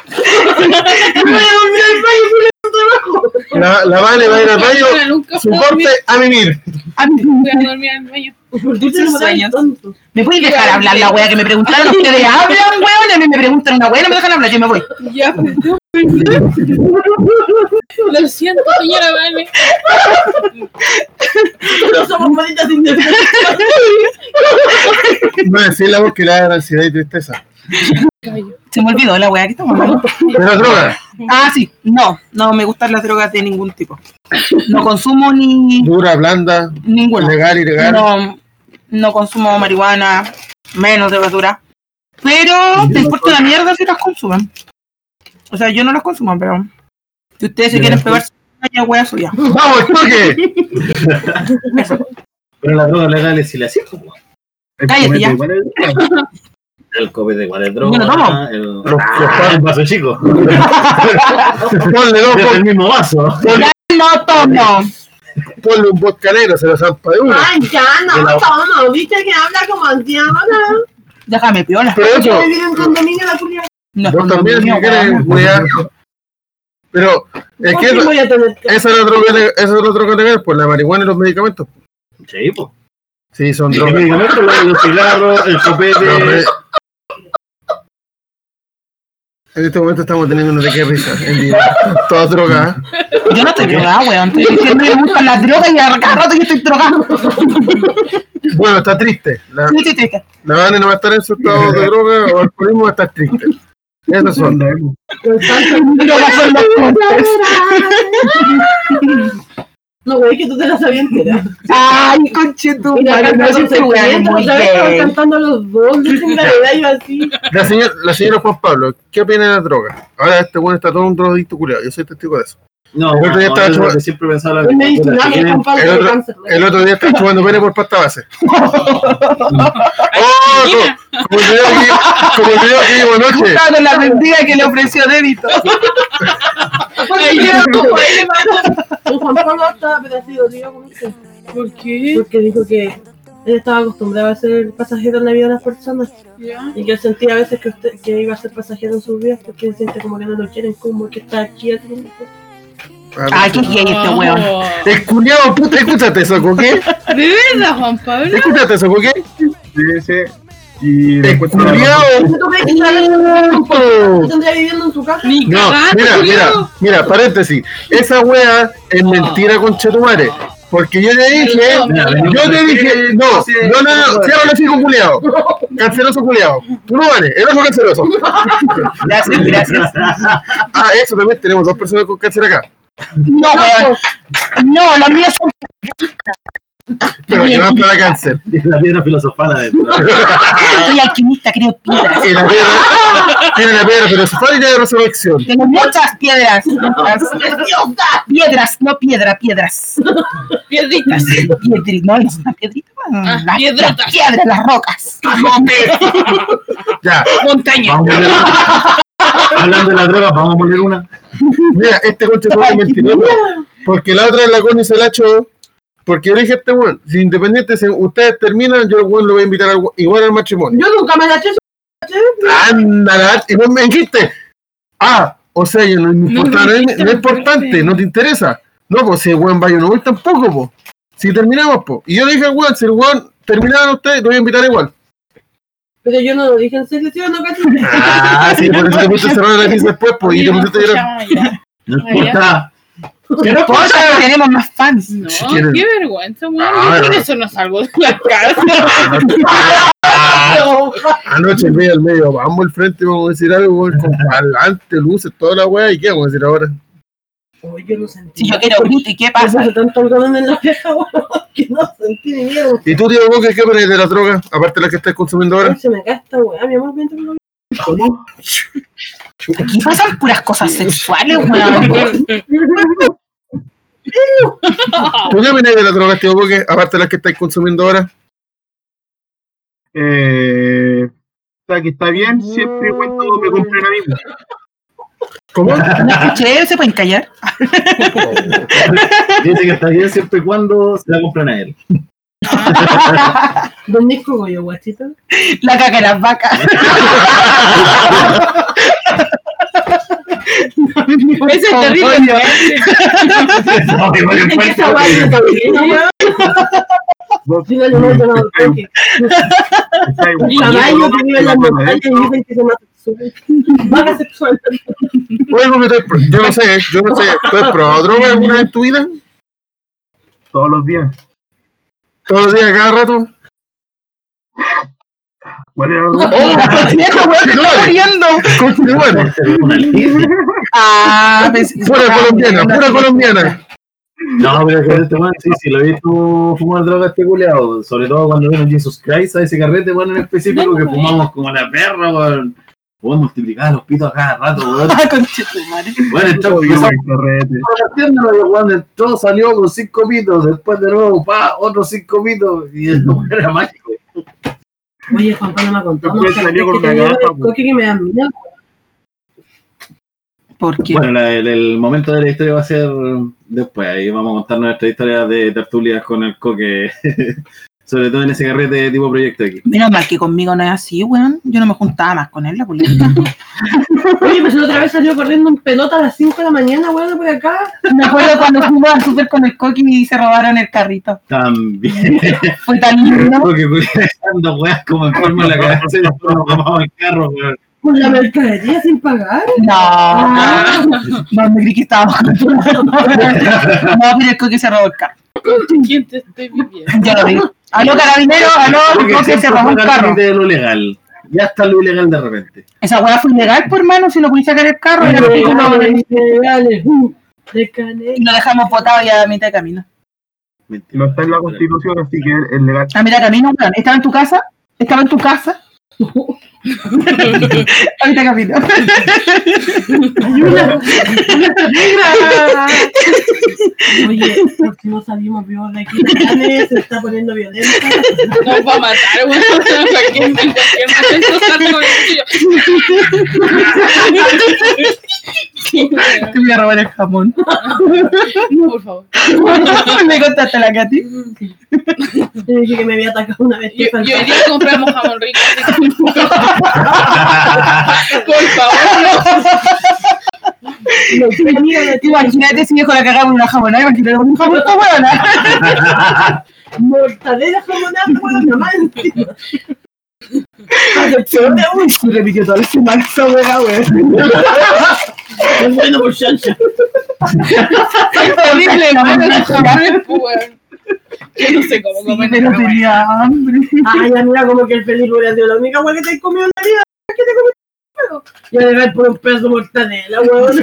S2: La, la Vale va a ir al baño,
S5: Bueno, nunca
S2: su
S5: puedo
S2: corte
S5: dormir.
S2: a mimir.
S4: A mí-
S5: Voy a dormir en el baño.
S1: Por dulce
S4: Sus
S1: no me dan
S4: sueños.
S1: tonto.
S4: ¿Me pueden dejar hablar la wea que me preguntaron? Ustedes hablan, weón, y a mí me preguntan una wea, no me dejan hablar, yo me voy.
S5: Ya, pues, tú. Lo siento, señora Vale.
S1: No somos malditas independientes.
S2: No decir la voz que le da ansiedad y tristeza.
S4: Se me olvidó la wea que estamos hablando.
S2: De las drogas,
S4: Ah, sí, no, no me gustan las drogas de ningún tipo. No consumo ni
S2: dura, blanda,
S4: ninguna.
S2: legal, ilegal.
S4: No, no consumo marihuana, menos drogas duras. Pero te importa una mierda si las consumen. O sea, yo no las consumo, pero si ustedes se quieren pegar, ya wea suya.
S2: ¡Vamos, choque!
S3: Pero las drogas legales sí las hacemos. weón.
S6: El
S4: Cállate
S6: comete
S4: ya.
S6: igual es-
S3: El copete igual es
S4: Yo
S3: droga.
S4: no tomo.
S3: El,
S2: los
S3: Ah, el vaso chico.
S2: Ponle dos,
S3: Es el
S2: pon-
S3: mismo vaso.
S4: No tomo.
S2: ponle un boscanero, se lo zampa de uno.
S1: Ay, ya
S3: De la-
S1: no, tono. Viste que habla como anciana.
S4: Déjame piola.
S2: Pero eso,
S1: Yo vivir en condominio la culia.
S4: No es
S2: vos también si
S4: condominio,
S2: quieres
S4: weón.
S2: cuidar. Pero es
S1: ¿Por
S2: que
S1: qué
S2: esa,
S1: voy a tener que-
S2: esa es la droga, le- esa es la droga legal, pues la marihuana y los medicamentos.
S3: Sí, pues.
S2: Sí, son
S3: Los
S2: drogas. eh,
S3: medicamentos, los los cigarros, el
S2: No,
S3: copete.
S2: hombre. En este momento estamos teniendo una de qué risa en vivo. ¿eh? Todas drogadas.
S4: Yo no estoy drogada, weón. Estoy diciendo que me gustan las drogas y a cada rato yo estoy drogada.
S2: Bueno, está triste. La,
S4: Sí, sí, triste.
S2: la Vane no va a estar en su estado de droga o alcoholismo, va a estar triste. Esas son.
S6: Onda, emo.
S4: Drogas son las fuertes.
S1: No, güey, que tú te la sabías entera.
S4: Ay, conchetum.
S1: Y la
S4: No
S1: cantamos
S4: sé si weón
S1: sentimientos,
S4: muy
S1: ¿sabes? Estaban
S4: gay.
S1: cantando los dos, yo sin gravedad, yo así.
S2: La señora, la señora Juan Pablo, ¿qué opina de la droga? Ahora este bueno está todo un drogadicto culiado. Yo soy testigo de eso.
S3: No,
S2: El otro día estaba
S3: yo
S2: chupa-
S3: siempre pensaba la
S1: Él me dice,
S3: misma
S1: no, que
S3: cosa.
S1: Juan Pablo
S2: el
S1: tiene
S2: otro-
S1: cáncer.
S2: El otro día estaba chupando pene por pasta base. ¡Oh!
S5: Mira,
S2: Como, como el video que- como el video que vimos anoche.
S4: Claro, la mentira que le ofreció débito.
S5: ay, ya, ¿por qué?
S1: El Juan Pablo estaba pedacito, tío, con eso.
S5: ¿Por qué?
S1: Porque dijo que él estaba acostumbrado a ser pasajero en la vida de las personas.
S5: Ya.
S1: Y que él sentía a veces que, usted, que iba a ser pasajero en sus vidas porque él siente como que no lo quieren, como que está aquí. así.
S4: Ay, qué gay este weón.
S5: Oh.
S2: El culiado, puta, escúchate eso, ¿qué?
S5: ¿De verdad, Juan Pablo?
S2: Escúchate eso, ¿qué?
S6: Sí, sí. Y
S2: El
S6: después tiene la-
S2: culiao.
S1: ¿Tú crees que está- tendría viviendo en su casa?
S5: Ni
S2: No,
S5: cagando,
S2: mira, mira,
S5: culiao.
S2: mira, paréntesis. Esa wea es mentira con Chetumare. Porque yo te dije, yo te dije, no, no, no, no, cierra el hocico culiado. Canceroso culiado. Tú no vale, el ojo canceroso.
S4: Gracias, gracias.
S2: Ah, eso también tenemos dos personas con cáncer acá.
S4: No, weón. No, los míos son.
S2: Pero que van para cáncer.
S3: La piedra filosofal adentro.
S4: Soy alquimista, Ah, creo piedras.
S2: Y la piedra, Tiene una piedra filosofal y de resurrección.
S4: Tengo muchas piedras. Piedras, no piedra, piedras.
S5: Piedritas.
S4: Piedri, no, es una piedrita.
S5: Ah,
S4: Las
S5: piedrotas.
S4: las piedras, las rocas.
S2: Ya,
S4: Montaña.
S3: Vamos a poner una. Hablando de la droga, vamos a poner una.
S2: mira, este conche todo es mentiroso. Porque la otra es la Connie Solacho. Porque yo le dije a este weón, si independiente, si ustedes terminan, yo al weón lo voy a invitar al- igual al matrimonio.
S1: Yo nunca me la eché.
S2: Ándala, y no me dijiste. Ah, o sea, yo no, no
S5: No,
S2: importa,
S5: no
S2: no, es-
S5: dijiste,
S2: no es
S5: no
S2: importante,
S5: dijiste.
S2: no te interesa. No, pues si el weón va, yo no voy tampoco, pues. Si terminamos, pues. Y yo le dije al weón, si el weón terminaron ustedes, lo voy a invitar igual.
S1: Pero yo no lo dije en serio, tío, no cacho.
S2: Ah, sí, por eso te puse cerrar la crisis después, pues, y te pusiste a llorar.
S4: Ah,
S3: No importa.
S4: ¿Qué no importa que tenemos más fans?
S5: No,
S2: Si quieren.
S5: qué vergüenza, weón.
S2: Ah,
S5: Yo por
S2: no.
S5: eso no salgo de la casa.
S2: Anoche el medio al medio, vamos al frente, vamos a decir algo, weón, con parlante, luces, toda la weá, y qué vamos a decir ahora.
S1: Oh, yo no sentí.
S4: Si yo quiero grito, ¿y qué
S1: Me
S4: pasa?
S1: puse tanto algodón en la oreja, weón, que no sentí ni miedo.
S2: ¿Y tú, tío Boca, qué opinas de la droga? Aparte de la que estás consumiendo ahora.
S1: Ay, Se me gasta, weón, mi amor, mientras no
S4: Aquí pasan puras cosas sexuales, weón.
S2: ¿Tú qué opinas de la droga, tío Boca? Aparte de la que estás consumiendo ahora.
S6: Eh, o sea, que está bien siempre y cuando me compren a mí.
S2: ¿Cómo?
S4: No escuché, se pueden callar.
S3: Dice que está bien siempre y cuando se la compran a él.
S1: ¿Dónde cogollo, guachito?
S4: La caca de las vacas.
S5: Ese es terrible.
S3: No, igual es fuerte,
S1: Esa weá yo también, weón.
S6: Vos
S1: Yo no le meto nada, porque
S6: está igual.
S1: mi caballo que vive en
S3: eh,
S1: las montañas y dicen que se mata sexual. Vaga sexual.
S2: Bueno, me estoy- yo no sé, yo no sé. ¿Tú has probado droga alguna vez en tu vida?
S6: Todos los días.
S2: ¿Todos los días, cada rato?
S6: ¿Cuál era la
S3: Oh,
S6: otra?
S4: Mierda, weón, te estoy riendo.
S2: Bueno,
S3: una línea.
S4: Ah, pensé-
S2: pura colombiana, pura colombiana.
S3: No, pero con este man, sí, sí, lo he visto fumar droga este culeado. Sobre todo cuando vino Jesus Christ a ese carrete, weón, en específico, que fumamos como la perra, weón. Weón, multiplicaba los pitos a cada rato, weón.
S4: Ah, conchetumare.
S3: Bueno, entró,
S6: Obvio,
S3: empezó
S6: el carrete.
S3: partiéndolo, y el weón entró, salió con cinco pitos, después de nuevo, pa, otros cinco pitos, y el weón era mágico.
S1: Oye, Juan Pablo me ha contado
S6: Después
S1: unos
S6: salió con
S1: carteles que tenía
S6: una gafa,
S1: del coque que me dan miedo.
S4: ¿Por qué?
S3: Bueno, la- el, el momento de la historia va a ser después. Ahí vamos a contar nuestra historia de tertulias con el coque. Sobre todo en ese carrete tipo proyecto aquí.
S4: Menos mal que conmigo no es así, weón. Yo no me juntaba más con él, la culeta.
S1: Oye, pues la otra vez salió corriendo en pelota a las 5 de la mañana, weón, por acá.
S4: Me acuerdo cuando fuimos al súper con el coqui y se robaron el carrito.
S3: También.
S4: Fue tan lindo.
S3: Porque cuidando, weas, como enfermo en la cabeza y después nos vamos al carro, weón.
S1: Por la mercadería sin pagar.
S4: No, no me creí que estábamos con tu No, pero el coqui se robó el carro.
S5: ¿Quién te estoy viviendo?
S4: Yo lo vi. Aló, carabinero, aló, Ah, el
S3: Porque
S4: coqui se
S3: siempre
S4: robó el
S3: pagan
S4: carro.
S3: límite de lo legal. Ya está lo ilegal de repente.
S4: Esa weá fue ilegal, por hermano, si no pudiste sacar el carro. Era
S1: Dale,
S4: porque no-
S1: dale, uh, de canela.
S4: y lo dejamos botado ya a mitad de camino.
S3: Mentira.
S6: No está en la constitución, así que es legal.
S4: A mitad de camino, weón. ¿Estaba en tu casa? ¿Estaba en tu casa? a mitad de camino.
S1: Oye, los que no salimos vivos de aquí, dale, se está poniendo violenta.
S5: Nos va a matar, weón. ¿Para qué- en cualquier momento salgo yo?
S4: Te voy a robar el jamón.
S5: No, por favor.
S4: Me contaste la Katy.
S1: Yo dije que me había atacado una vez.
S5: Yo,
S1: que
S5: yo hoy
S1: faltaba.
S5: día compramos jamón rico. así que- Por favor,
S1: Lo que amiga de ti,
S4: Imagínate si viejo la cagaba con una jamonada, imagínate con un jamón esta weona.
S1: mortadela jamonada, weón, mamá. encima.
S4: Uy, se repitió toda la semana esa weá, weón.
S1: Es bueno por chancha.
S4: Fue Terrible, hermano, la jamón.
S5: no. weón. Yo no sé cómo
S4: Sí,
S5: comer
S4: pero
S5: esta weá.
S4: tenía hambre.
S1: Ay, amiga, como que el feliz hubiera sido la única weón que te he comido en la vida. ¿Qué te comiste? Yo le voy por un pedazo de mortadela, weón.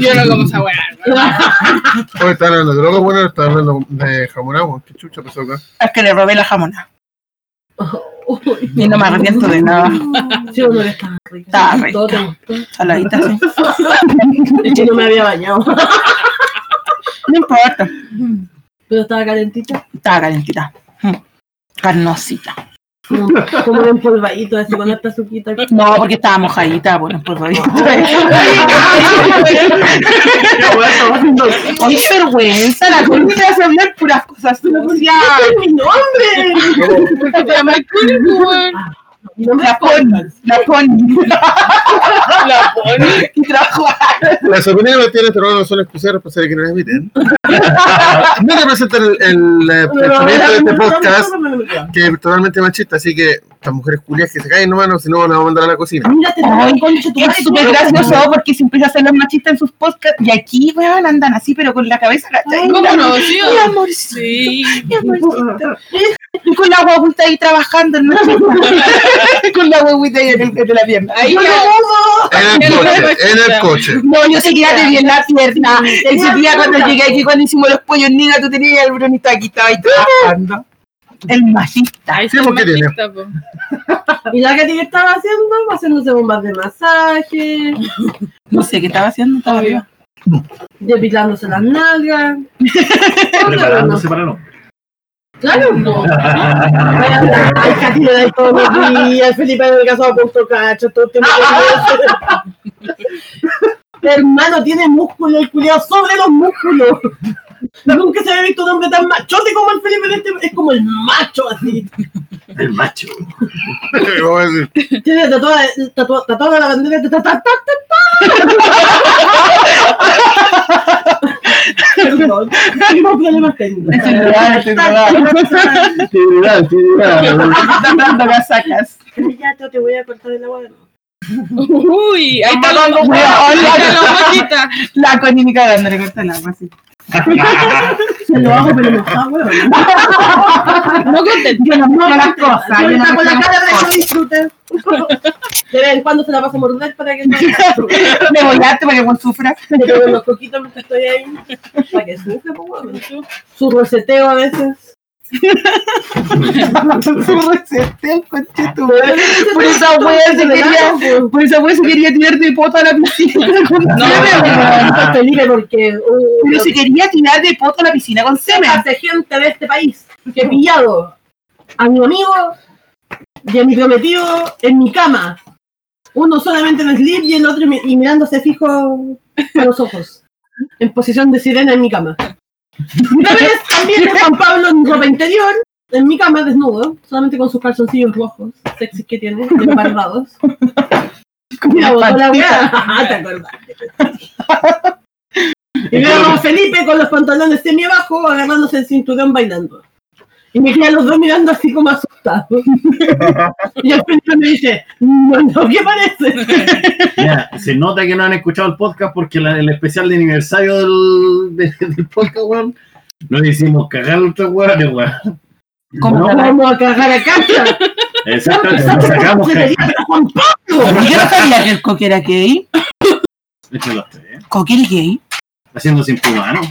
S5: Yo no como esa weá. weón.
S2: Hoy están hablando de droga, ah, pues, bueno, están hablando de jamón agua. Qué chucha pasó acá.
S4: Es que le robé la jamona.
S1: Uy,
S4: Y no me arrepiento de nada.
S1: sí, uno le está rico.
S4: Está rica.
S1: Todo te gustó.
S4: Saladita, sí.
S1: Es que no me había bañado.
S4: No importa.
S1: Pero estaba calentita.
S4: Estaba calentita. Mm. Carnosita.
S1: Como, como un empolvadito, así con esta suquita.
S4: No, porque estaba mojadita, pues, por por favor. Ay, vergüenza, la gente hace hablar puras cosas sucias.
S1: mi nombre!
S5: Pero me acuerdo, weón.
S1: No me
S4: pues, La pon, la pon. La pon. Y trajo
S2: Las opiniones que tiene no son excusas para ser que no las emiten. No representan el, el, eh, pensamiento de este podcast, que es totalmente machista, así que las mujeres culias que se caen, hermano, si no van a mandar a la cocina.
S1: Mira, te
S4: Ay,
S1: un concho tu
S4: Y es súper gracioso porque siempre hacen los machistas en sus podcasts. Y aquí, weón, andan así, pero con la cabeza. ¿cachai?
S5: ¿Cómo no? Sí,
S4: Mi amor,
S5: sí.
S4: mi amorcito. Y con la guaguita ahí trabajando en nuestra Con la guaguita ahí en, el- en la pierna.
S5: Ahí
S4: No,
S5: ya.
S2: En el
S5: Ya no
S2: coche,
S5: es
S2: en el
S5: machista.
S2: coche.
S4: No, yo te quedaste bien la pierna. Ese día cuando llegué aquí, cuando hicimos los pollos niga, tú tenías el bronito aquí, estaba ahí trabajando. El machista.
S5: Ay,
S2: Sí,
S5: soy
S2: porque tiene.
S5: machista, po.
S1: Y la Katy que estaba haciendo, haciéndose bombas de masaje,
S4: No sé qué estaba haciendo, estaba
S5: Obvio.
S4: viva.
S1: depilándose las nalgas.
S3: Preparándose para no.
S1: Claro, no. Ay, Katy le da todos los días. Felipe en el caso de Augusto Cacho, todo tiene que Hermano, tiene músculo el culiao sobre los músculos. Nunca se había visto un hombre tan machote como el Felipe en este. Es como el macho así.
S3: El macho.
S2: Vamos a decir,
S1: Tiene tatuada, tatua- tatuada la bandera de ta- ta- ta- ta- ta. Perdón, tengo problemas técnicos.
S4: Estoy drogada, estoy drogada.
S3: Sí, verdad, sí, verdad.
S4: Dando casacas.
S1: Ya te te voy a cortar el agua de nuevo.
S5: Uy, ahí está la
S4: Weón,
S5: ahí está la
S4: la-
S5: machista.
S4: La conímica dándole corta el agua, sí.
S1: Se lo hago, pero enojado, weón.
S4: No contento. Yo no mezclo las cosas.
S1: Yo
S4: yo no
S1: está con
S4: mezclo
S1: la
S4: las
S1: cara de que
S4: cosas.
S1: no disfruten. De vez en cuando se la vas a morder para que no
S4: Me voy a para que vos sufras.
S1: Le pego unos coquitos mientras estoy ahí. Para que sufra, pues, weón. Su roseteo a veces.
S4: Su recete, conche tu madre. Por esa
S1: Todo
S4: wea se
S1: se relaja,
S4: quería-
S1: pues.
S4: Por esa wea se quería tirar de poto a la piscina. con semen.
S1: No, no, Felipe, porque. uh,
S4: Pero se quería tirar de poto a la piscina con semen.
S1: hace gente de este país que he pillado a mi amigo y a mi prometido en mi cama. Uno solamente en slip y el otro mi- y mirándose fijo a los ojos. En posición de sirena en mi cama. Una vez también en San Pablo en ropa interior, en mi cama desnudo, solamente con sus calzoncillos rojos, sexys que tiene, embarbados. Mira, botó la weá. Te acordaste. Y veo a Felipe con los pantalones semi abajo, agarrándose el cinturón bailando. Y me quedan los dos mirando así como asustados. Y el Felipe me dice, no, no, ¿qué parece?
S3: Mira, se nota que no han escuchado el podcast porque la- el especial de aniversario del, de- del podcast, weón, no hicimos cagar a los tres weones, weón.
S4: ¿Cómo
S3: No,
S4: cagar?
S1: Vamos a cagar a casa.
S3: exactamente, nos sacamos
S1: Se le
S3: cagar.
S1: dice a Juan Pablo.
S4: Yo no sabía que el coque era gay.
S3: Entre los tres, ¿eh?
S4: ¿Coque es gay?
S3: Haciendo sin humano.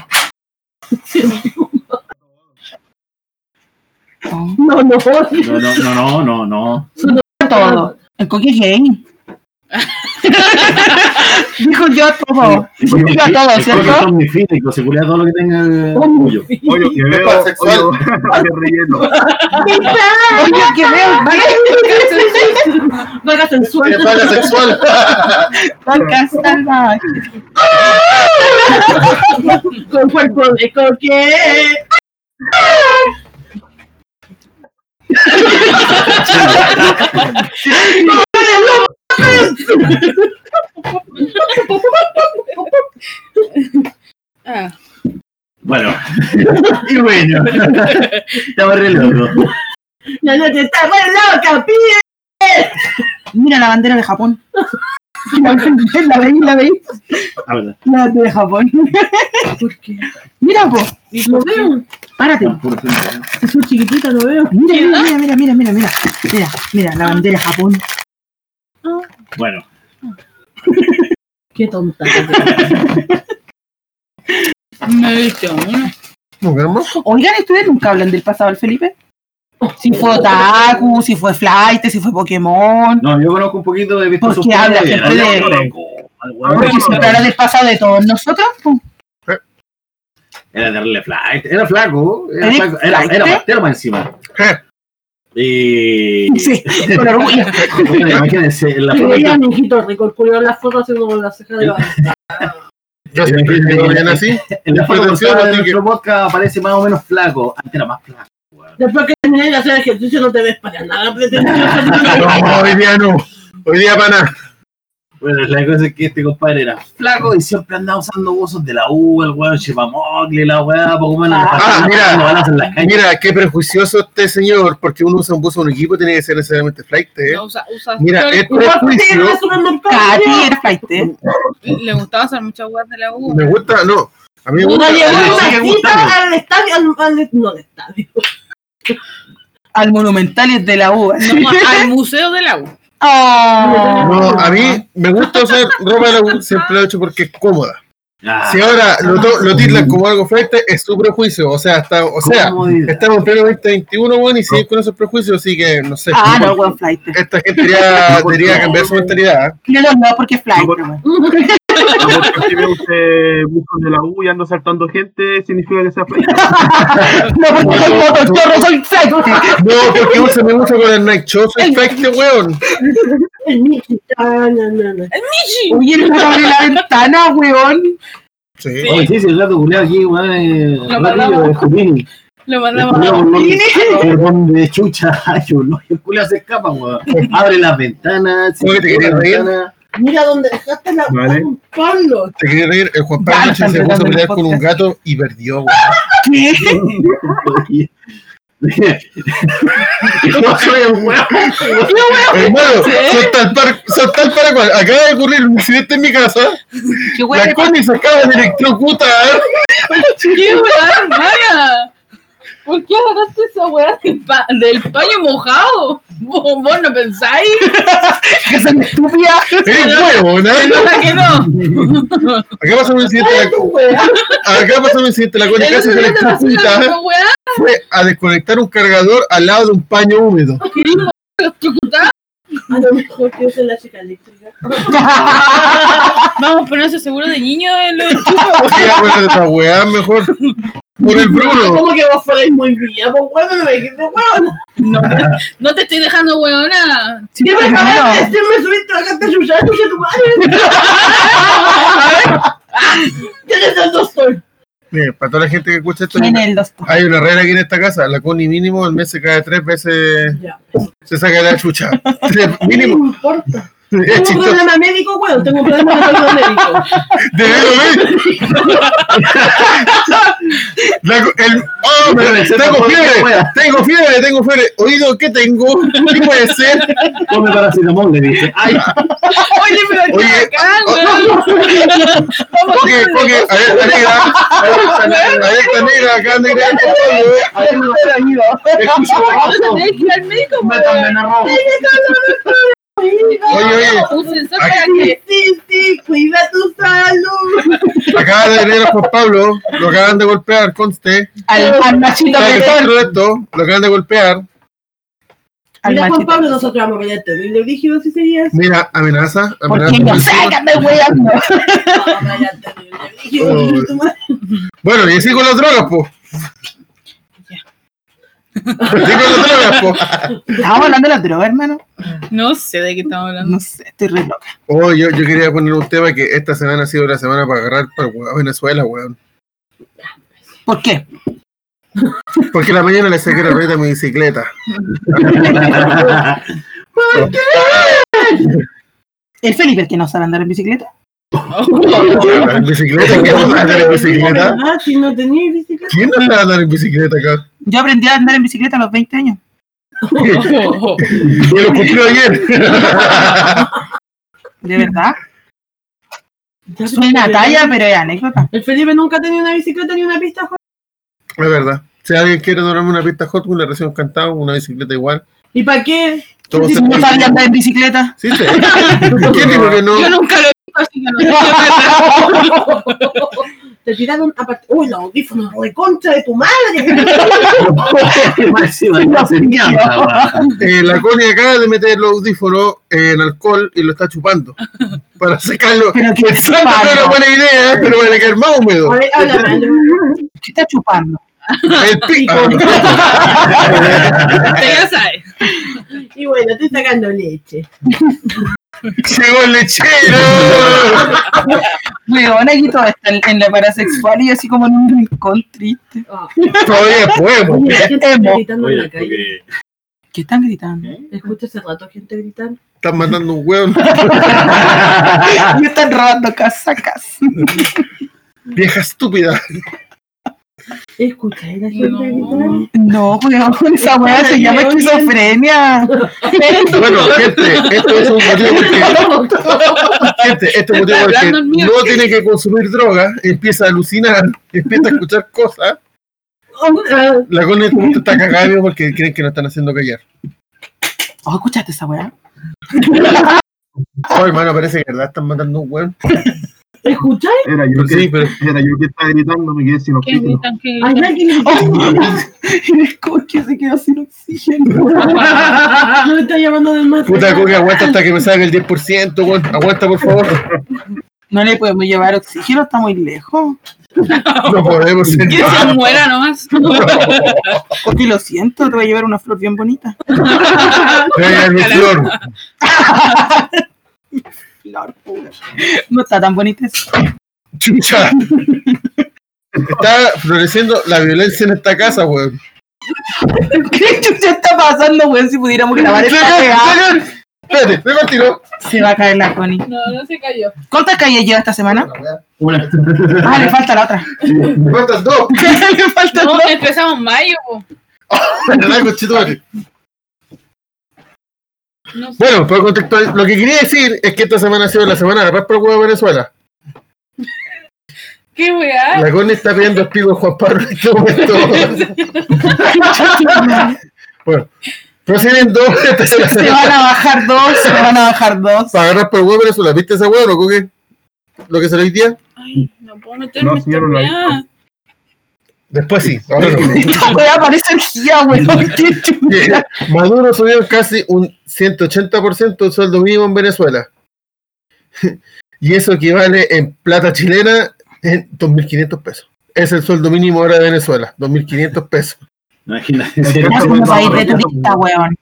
S1: No,
S4: No.
S1: no,
S3: No, no, no, no, no, no.
S4: Todo. El coque es gay. Dijo yo todo. Dijo yo todo, ¿cierto?
S3: Son muy físicos, se culia todo lo que tenga eh, orgullo.
S6: Hoyo que veo,
S2: Homosexual.
S6: hoyo de relleno.
S4: Oye, que veo
S1: Vaga sensual.
S2: que paga sexual.
S4: vacas salvajes.
S1: Con cuerpo de coque.
S5: Ah,
S3: Bueno, y bueno, estaba re loco.
S1: La noche está re loca, pide.
S4: Mira la bandera de Japón. La veis, la veis.
S3: A ver,
S4: La bandera de Japón.
S1: ¿Por qué?
S4: Mira, po.
S1: No veo.
S4: Párate.
S3: por fin.
S1: Es muy chiquitita, no veo.
S4: Mira, mira, mira, mira, mira, mira. Mira, mira, la bandera de Japón.
S3: Bueno,
S1: Qué tonta.
S5: no he visto uno.
S2: Pongamos.
S4: Oigan, ¿ustedes nunca hablan del pasado del Felipe? Si fue Otaku, si fue Flight, si fue Pokémon.
S3: No, yo conozco un poquito de visto
S4: Porque habla gente de- Porque siempre ahora les pasa de todos nosotros. po.
S3: Era darle flight. Era flaco. Era,
S4: ¿Eres
S3: flaco, era,
S4: flight?
S3: era bastero más encima.
S2: Ja.
S3: Y.
S4: Sí, con orgullo.
S3: Bueno, imagínense, en la
S1: Y veía a
S3: foto-
S1: mi hijito rico, el culiao en las fotos haciendo con la ceja de la...
S2: Yo siempre
S3: Sí, sí,
S2: digo
S3: sí.
S2: bien así.
S3: en la foto
S2: Atención,
S3: portada de
S2: así que-
S3: nuestro podcast aparece más o menos flaco. Antes era más flaco. weón.
S1: Después que terminé de hacer ejercicio no te ves para nada pues,
S2: No,
S1: pretencioso.
S2: hoy día no. Hoy día pana.
S3: Bueno, la cosa es que este compadre era flaco y siempre andaba usando buzos de la U, el weón, Chepamogli, la weá, poco menos.
S2: Ah, mira.
S3: balas en las calles.
S2: Mira, qué prejuicioso este señor, porque uno usa un buzo en un equipo, tiene que ser necesariamente flight. ¿eh?
S5: No, usa, usa
S2: Mira, es
S5: flores.
S2: prejuicio.
S4: Katy era flight. ¿eh?
S5: Le gustaba hacer muchas guas de la U.
S2: Me gusta, no. A mí me
S1: Uno
S2: gusta.
S1: llegó
S3: me
S1: una
S3: sigue gustando.
S1: cita al estadio, al, al- no al estadio,
S4: Al Monumental es de la U.
S5: No, al museo de la U.
S4: Oh.
S2: No, a mí me gusta usar ropa de la U, siempre lo he hecho porque es cómoda.
S3: Ah,
S2: Si ahora lo, to- lo titlan como algo flight, es su prejuicio. O sea, está, o sea
S3: comodidad.
S2: estamos en pleno 2021, bueno, y siguen con esos prejuicios, así que no sé.
S4: Ah, no, weón, flight.
S2: Esta gente debería, debería cambiar su mentalidad. ¿eh?
S4: Yo lo no, porque es flight, weón.
S6: Porque si veo usted buscando de la U y ando saltando gente, significa que sea flaco.
S4: No, porque soy motochorro, soy flight.
S2: No, porque usa me gusta con el Nike Show, soy flight, weón.
S1: el Mickey, ah, no, no, no.
S4: Oye, no abre la ventana, weón.
S2: Sí.
S3: Oye, sí, sí, el rato culiado aquí, weón, eh,
S5: Lo
S3: ratillo
S5: mandamos.
S3: de Junín.
S5: Lo
S3: El
S5: mandamos
S3: culiao
S5: a
S3: por lo que- por donde chucha hay uno. El culiao se escapa, weón. Abre las ventanas.
S2: ¿Cómo que te querías reír?
S1: Mira dónde dejaste la
S6: Vale.
S1: Pablo.
S2: Te quería reír, el Juan
S4: Ya,
S2: Pablo Noche se
S4: están
S2: puso a
S4: tratando
S2: pelear
S4: el
S2: con un
S4: podcast.
S2: gato y perdió, weón.
S4: ¿Qué?
S3: No soy un weón.
S2: Hermano, son tal, par- son tal para cual. Acaba de ocurrir un incidente en mi casa.
S4: ¿Qué
S2: La Connie se acaba de electrocutar.
S5: ¡Qué weá, hermana! ¿Por qué agarraste esa weá del, pa- del paño mojado? ¿Vos, vos no pensáis?
S4: que son estúpidas?
S2: Eres huevo, ¿no?
S5: ¿No la que no?
S2: Acá pasó un incidente en la Acá pasó un incidente en la Connie
S5: ¿El
S2: casi se
S5: otro
S2: ¿eh?
S5: día te pasó la
S2: electrocuta.
S5: misma weá?
S2: Fue a desconectar un cargador al lado de un paño húmedo.
S1: A lo mejor que es la chica eléctrica.
S5: Vamos a ponerse seguro de niño eh, en los
S2: O sea, bueno, esta weá mejor. Por el Bruno.
S1: ¿Cómo que vos fuerais muy bien? Pues bueno, no me dijiste, bueno,
S5: No, no te estoy dejando weona.
S4: Sí,
S1: siempre me acabaste,
S4: claro.
S1: siempre subiste la gente chucha, chucha tu madre. Tienes el dos sol.
S2: Mire, para toda la gente que escucha esto,
S4: En el dos.
S2: hay una regla aquí en esta casa. La Connie mínimo al mes se cae tres veces.
S1: Ya.
S2: Se saca la chucha. Tres,
S1: ¿Qué me
S2: mínimo.
S1: importa?
S2: Es
S1: Tengo un
S2: chistoso.
S1: problema médico, bueno, tengo un problema de problema médico.
S2: De ver, La, el, oh, me- tengo fiebre, tengo fiebre, tengo fiebre. Oído, ¿qué tengo? ¿Qué puede ser?
S3: Come paracetamol, le dice. Ay,
S5: Oye, pero
S2: Oye,
S5: qué bacán, weón.
S2: Coque, coque, alerta negra, alerta negra, alerta negra, acá eh. negra.
S5: Vamos a tener que ir al médico,
S3: métame
S5: weón.
S3: en arroz.
S2: Oye, oye,
S5: Un sensor
S2: Ay.
S5: para que
S1: Sí, sí, cuida tu salud.
S2: acaba de venir a Juan Pablo, lo acaban de golpear, conste.
S4: Al, al machito
S2: Está
S4: pretor.
S2: dentro de esto, lo acaban de golpear.
S4: Al
S1: Mira, Juan
S4: machito.
S1: Pablo, nosotros vamos a pelear terrible brígido si serías.
S2: Mira, amenaza,
S4: Porque no
S2: amenaza.
S4: sácame, weón.
S1: Vamos a pelear terrible brígido,
S2: Oh.
S1: si tu madre.
S2: Bueno, y así con las drogas, po. Así con las drogas, po.
S4: Estamos hablando de la droga, hermano.
S5: No sé de qué estamos hablando.
S4: No sé, estoy re loca.
S2: Oh, yo, yo quería poner un tema que esta semana ha sido la semana para agarrar para weón, Venezuela, weón.
S4: ¿Por qué?
S2: Porque la mañana le saqué la rueda a mi bicicleta.
S4: El Felipe, el que no sabe andar en bicicleta.
S2: ¿En bicicleta? ¿Quién no sabe andar en bicicleta?
S1: Ah, si no tenía bicicleta.
S2: ¿Quién no sabe andar en bicicleta acá?
S4: Yo aprendí a andar en bicicleta a los 20 años.
S2: Me lo cumplió ayer.
S4: De verdad.
S1: Ya,
S4: Suena
S1: Felipe,
S4: talla, pero es anécdota.
S1: El Felipe nunca tenía una bicicleta ni una pista. Juan.
S2: Es verdad. Si alguien quiere donarme una pista hot, una recién cantada, una bicicleta igual.
S1: ¿Y para qué?
S2: Todo se
S4: No sabía andar en bicicleta.
S2: Sí, sí. ¿Quién dijo que no?
S5: Yo nunca lo he visto así que no sé.
S1: te tiraron aparte. ¡Uy, los audífonos recontra de tu madre!
S3: Máxima, no se mierda, weón.
S2: Eh, la Connie acaba de meter los audífonos en alcohol y lo está chupando. Para secarlo.
S4: Pero que
S2: Pensando que no era
S4: malo.
S2: buena idea, ¿eh? pero van a quedar más húmedo.
S1: A ver, habla malo.
S4: ¿Qué está chupando?
S2: El Ah, pico.
S5: Usted ya sabe.
S1: Y bueno, estoy sacando leche.
S2: Llegó el lechero.
S4: Weón, aquí todo está en, en la parasexual y así como en un rincón triste.
S1: Ah,
S2: Todavía podemos.
S1: mira, gente
S4: Emo.
S1: gritando en
S7: Oye,
S1: la calle.
S7: porque
S4: ¿Qué están gritando?
S1: Escucho hace rato gente gritando.
S2: Están matando un hueón.
S4: Me están robando casacas.
S2: Vieja estúpida.
S1: Escucha, ¿eh? la gente
S5: No.
S1: gritando.
S4: No, weón, esa weá se llama esquizofrenia.
S2: Bueno, gente, esto es un motivo porque. Gente, esto es un motivo porque
S5: Hablando en mí,
S2: no tiene que consumir droga. Empieza a alucinar, empieza a escuchar cosas.
S1: Ah,
S2: La Connie está cagada amigo, porque creen que lo están haciendo callar.
S4: Oh, escuchaste esa weá.
S2: Oh, hermano, parece que verdad están matando un hueón.
S1: ¿Escucháis?
S6: Era yo
S2: Sí,
S6: que
S2: pero
S6: era yo que estaba gritando, me quedé sin
S5: ¿Qué
S6: oxígeno.
S5: gritan? ¿Qué
S1: Hay
S5: gritan?
S1: alguien
S4: Y el coche se quedó sin oxígeno.
S1: me está llamando del más.
S2: Puta
S1: allá.
S2: coca, aguanta hasta que me salga el 10%, weón. Aguanta, por favor.
S4: No le podemos llevar oxígeno, está muy lejos.
S2: No podemos ser.
S5: Que se muera nomás.
S4: Porque lo siento, te voy a llevar una flor bien bonita.
S2: Traigan mi flor.
S4: Flor pura. No está tan bonita esa.
S2: Chucha. Está floreciendo la violencia en esta casa, weón.
S4: ¿Qué chucha está pasando, weón? Si pudiéramos grabar esta weá.
S2: ¡Traigan! Espérate, me continuo.
S4: Se va a caer la Connie.
S5: No, no se cayó.
S4: ¿Cuántas calles lleva esta semana?
S3: Una-
S4: Ah, le falta la otra.
S2: Me faltan dos.
S4: le falta
S5: No,
S4: la otra.
S5: empezamos mayo. po.
S2: ¿Verdad, conchetumare?
S5: No sé.
S2: Bueno, para contextual, lo que quería decir es que esta semana ha sido la semana de la paz por huevo de Venezuela.
S5: ¿Qué weá?
S2: La Connie está pidiendo espigo a Juan Pablo en este momento. bueno, procediendo, esta es la
S4: Se
S2: semana
S4: van a bajar dos, se van a bajar dos.
S2: para agarrar por huevo Venezuela. ¿Viste esa huevo, loco? ¿Qué? ¿Lo que se le hoy día?
S5: Ay, no puedo meterme
S6: No,
S5: esta
S6: señor, no la he
S5: weá.
S2: Después sí, ahora no.
S4: Esta weá parece energía, weón. Qué chucha.
S2: Maduro subió casi un 180% el sueldo mínimo en Venezuela. y eso equivale en plata chilena en 2.500 pesos. Es el sueldo mínimo ahora de Venezuela, 2.500 pesos.
S3: Imagínate,
S4: Ya somos país de turista, weón.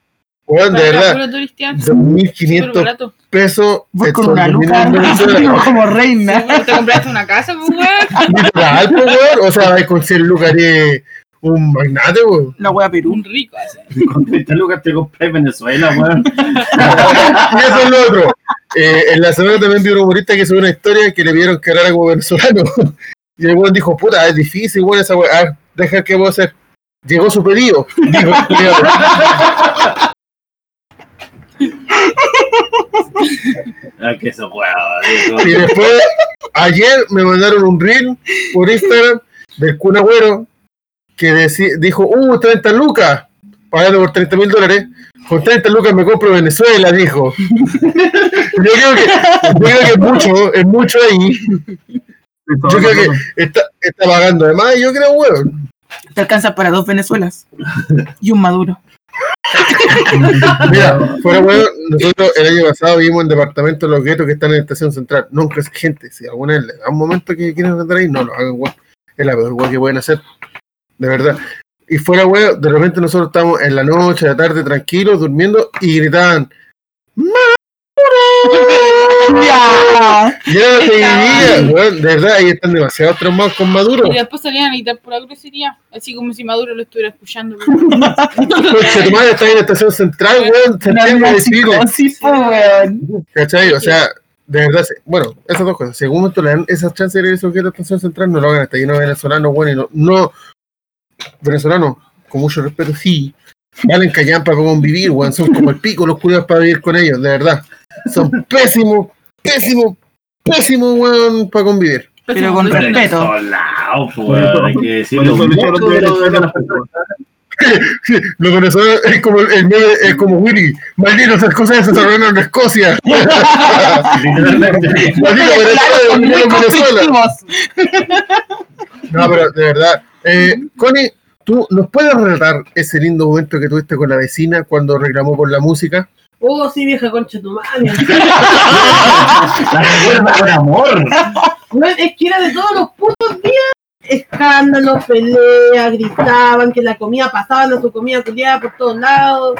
S2: Weón, de
S5: Para la
S2: verdad,
S5: pura turisteada. Súper
S2: 2.500
S5: barato.
S2: pesos
S4: Voy
S2: el
S4: con una
S2: sueldo mínimo
S4: luca,
S2: en
S4: vivo
S2: Venezuela.
S4: como reina.
S5: Seguro te compraste una casa, pues weá.
S2: Literal, po, weón. O sea, vais con 100 lucas de un magnate, weón.
S4: La wea Perú.
S5: Un rico así.
S3: Con 30 lucas te compré Venezuela, weón.
S2: Y eso es lo otro. Eh, en la semana también vi un humorista que subió una historia que le vieron que era como venezolano. Y el weón dijo, puta, es difícil, weón, esa weón. Ah, deja que vos hacer. Llegó su pedido. Dijo, culiao.
S3: Ah, que eso, weón.
S2: y después, ayer me mandaron un reel por Instagram del Kun Agüero que deci- dijo, uh, 30 lucas, pagando por 30 mil dólares. Con 30 lucas me compro Venezuela, dijo. Yo creo que, yo creo que es mucho, es mucho ahí. Yo creo que está, está pagando además, yo creo, weón.
S4: Te alcanza para dos Venezuelas y un Maduro.
S2: Mira, fuera weón, nosotros el año pasado vimos en departamento los guetos que están en la estación central. No, que es gente, si alguna vez le da un momento que quieren andar ahí, no lo hagan, weón. Es la peor weón que pueden hacer. De verdad. Y fuera weón, de repente nosotros estamos en la noche, la tarde, tranquilos, durmiendo, y gritaban,
S4: ¡Ya!
S2: ¡Ya te
S5: Estaban-
S2: vivía! Weón, de verdad, ahí están demasiado traumados con Maduro.
S5: Y después salían a gritar por la grosería, así como si Maduro lo estuviera escuchando.
S2: Coche, tu madre está en la estación central, weón, se entiende
S4: Una
S2: decirle.
S4: psicosis, po, weón.
S2: ¿Cachai? O sea, de verdad, se- bueno, esas dos cosas. Según momento le dan esas chances de eso que la atención central, no lo hagan. Está lleno de venezolanos, bueno, y no, no venezolanos, con mucho respeto, sí. Valen callampa para convivir, weón. Son como el pico los cuidados para vivir con ellos, de verdad. Son pésimos, pésimos, pésimos, weón, para convivir.
S4: Pero con respeto.
S3: Venezolado, weón. Hay que
S6: Por
S3: decirlo.
S6: eso le
S3: mucho
S6: echaron de
S3: de lo de
S6: Venezuela,
S3: las
S6: po,
S3: personas.
S2: Lo conocedor es como el, el meme, es como Willy. Maldito, esas cosas se desarrollaron en Escocia.
S3: Literalmente.
S2: Maldito, pero eso es
S4: muy
S2: en Venezuela.
S4: conflictivos.
S2: No, pero de verdad. Eh, Connie, ¿tú nos puedes relatar ese lindo momento que tuviste con la vecina cuando reclamó por la música?
S1: Oh, sí, vieja concha de tu madre.
S3: La recuerda con amor.
S1: Bueno, es que era de todos los putos días. Escándalos, peleas, gritaban que la comida pasaban a su comida culiada por todos lados.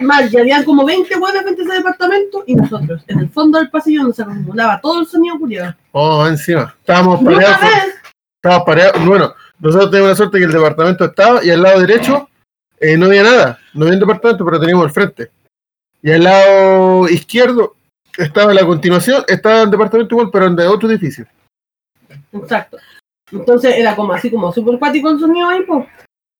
S1: Mal, ya habían como 20 buenas frente a ese departamento y nosotros, en el fondo del pasillo, nos acumulaba todo el sonido culiado.
S2: Oh, encima. Estábamos
S1: Y
S2: pareados.
S1: una vez,
S2: Estábamos pareados. Bueno, nosotros tenemos la suerte que el departamento estaba y al lado derecho eh, no había nada. No había un departamento, pero teníamos el frente. Y al lado izquierdo estaba la continuación, estaba el departamento igual, pero de otro edificio.
S1: Exacto. Entonces era como así como super cuático el sonido ahí, po.